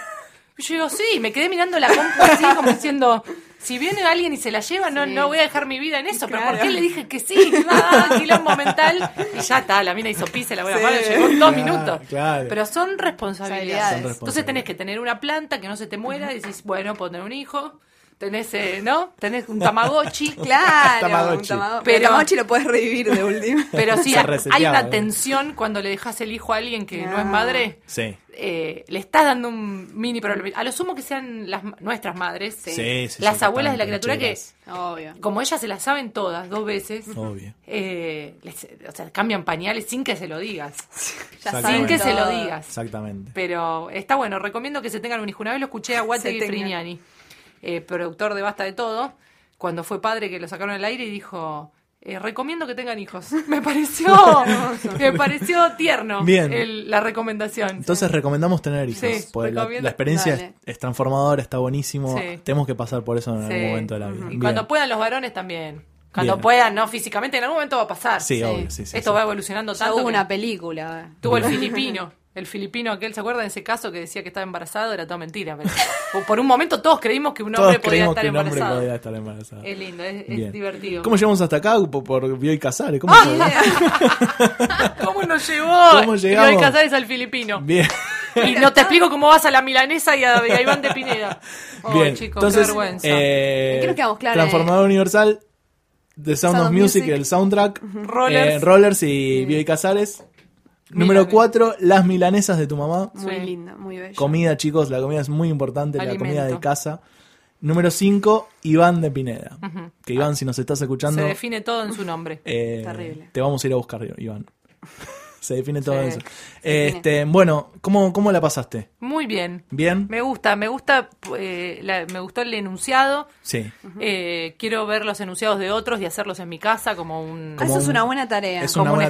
E: Y yo digo, sí, y me quedé mirando la compu así como diciendo, si viene alguien y se la lleva, no, no voy a dejar mi vida en eso, pero
D: Claro.
E: ¿por qué le dije que sí? Ah, quilombo mental. Y ya está, la mina hizo pis, se la voy a parar, llegó en
A: Claro,
E: dos minutos.
A: claro.
E: Pero son responsabilidades.
D: Son
E: Entonces tenés que tener una planta que no se te muera, y decís, bueno, puedo tener un hijo, tenés, eh, ¿no? Tenés un tamagotchi.
D: Claro,
A: Tamagotchi.
D: un tamago-
E: Pero-
D: pero Tamagotchi lo puedes revivir de última.
E: Pero sí,
A: Se
E: hay
A: reseteaba,
E: una
A: ¿eh?
E: tensión cuando le dejas el hijo a alguien que no es madre.
A: Sí.
E: eh, le estás dando un mini problema. A lo sumo que sean las, ma- nuestras madres, eh,
A: Sí, sí,
E: las
A: sí,
E: abuelas de
A: totalmente,
E: la criatura que,
A: cheras.
D: Obvio.
E: como ellas se las saben todas dos veces,
A: Obvio.
E: eh, les- o sea, cambian pañales sin que se lo digas.
D: Ya
A: Sin
E: Sin
D: saben
E: que
A: Exactamente.
E: se lo
D: todo.
E: digas.
A: Exactamente.
E: Pero está bueno, recomiendo que se tengan un hijo. Una vez lo escuché a
D: Se
E: Walter
D: tengan.
E: Frignani, eh, productor de Basta de Todo, cuando fue padre que lo sacaron al aire y dijo, eh, recomiendo que tengan hijos. Me pareció, me pareció tierno
A: Bien.
E: el- la recomendación.
A: Entonces recomendamos tener hijos.
E: Sí,
A: porque la,
E: recomiendo-
A: la experiencia es,
D: Dale.
A: es transformadora, está buenísimo.
E: Sí.
A: Tenemos que pasar por eso en
E: Sí.
A: algún momento de la vida.
E: Y
A: Bien.
E: cuando puedan los varones también. Cuando
A: Bien.
E: puedan, no físicamente, en algún momento va a pasar.
A: Sí, obvio, sí, sí,
E: Esto
A: sí.
E: va evolucionando
D: Ya
E: tanto.
D: hubo
E: que-
D: una película.
E: Tuvo el filipino. El filipino aquel, ¿se acuerdan de ese caso que decía que estaba embarazado? Era toda mentira. pero- o por un momento todos creímos que un
A: Todos
E: hombre podía
A: creemos
E: estar
A: que un hombre
E: embarazado.
A: podía estar embarazado.
E: Es lindo, es, es
A: Bien.
E: divertido.
A: ¿Cómo llegamos hasta acá? Por, por Bioy Casares. ¿Cómo llegó?
E: ¿Cómo nos llevó?
A: ¿Cómo llegamos?
E: Eloy Casares al filipino.
A: Bien.
E: Y no te explico cómo vas a la milanesa y a, y a Iván de Pineda. Oh,
A: Bien,
E: chicos,
A: entonces,
E: qué vergüenza.
A: eh,
D: Creo que quedamos claros,
A: Transformador Universal, The Sound,
D: Sound
A: of
D: of
A: Music,
D: Music.
A: el soundtrack,
E: Rollers.
A: eh, Rollers y Bioy Casares. Número
E: Milanes.
A: 4, Las Milanesas de tu mamá.
D: Muy
E: Sí.
D: linda, muy bella.
A: Comida, chicos, la comida es muy importante,
E: Alimento.
A: la comida de casa. Número 5, Iván de Pineda. Que Iván, si nos estás
E: Se
A: escuchando,
E: define todo en su nombre.
A: eh,
D: Terrible.
A: te vamos a ir a buscar, Iván. Se define todo
E: Sí,
A: eso.
D: define.
A: Este, bueno, ¿cómo, ¿cómo la pasaste?
E: Muy bien.
A: ¿Bien?
E: Me gusta, me gusta, eh, la- me gustó el enunciado.
A: Sí.
E: Eh, quiero ver los enunciados de otros y hacerlos en mi casa como un...
A: Como
D: Ah, Eso es
A: un-
D: una buena tarea.
A: Es
E: como
A: una
E: un
A: buena-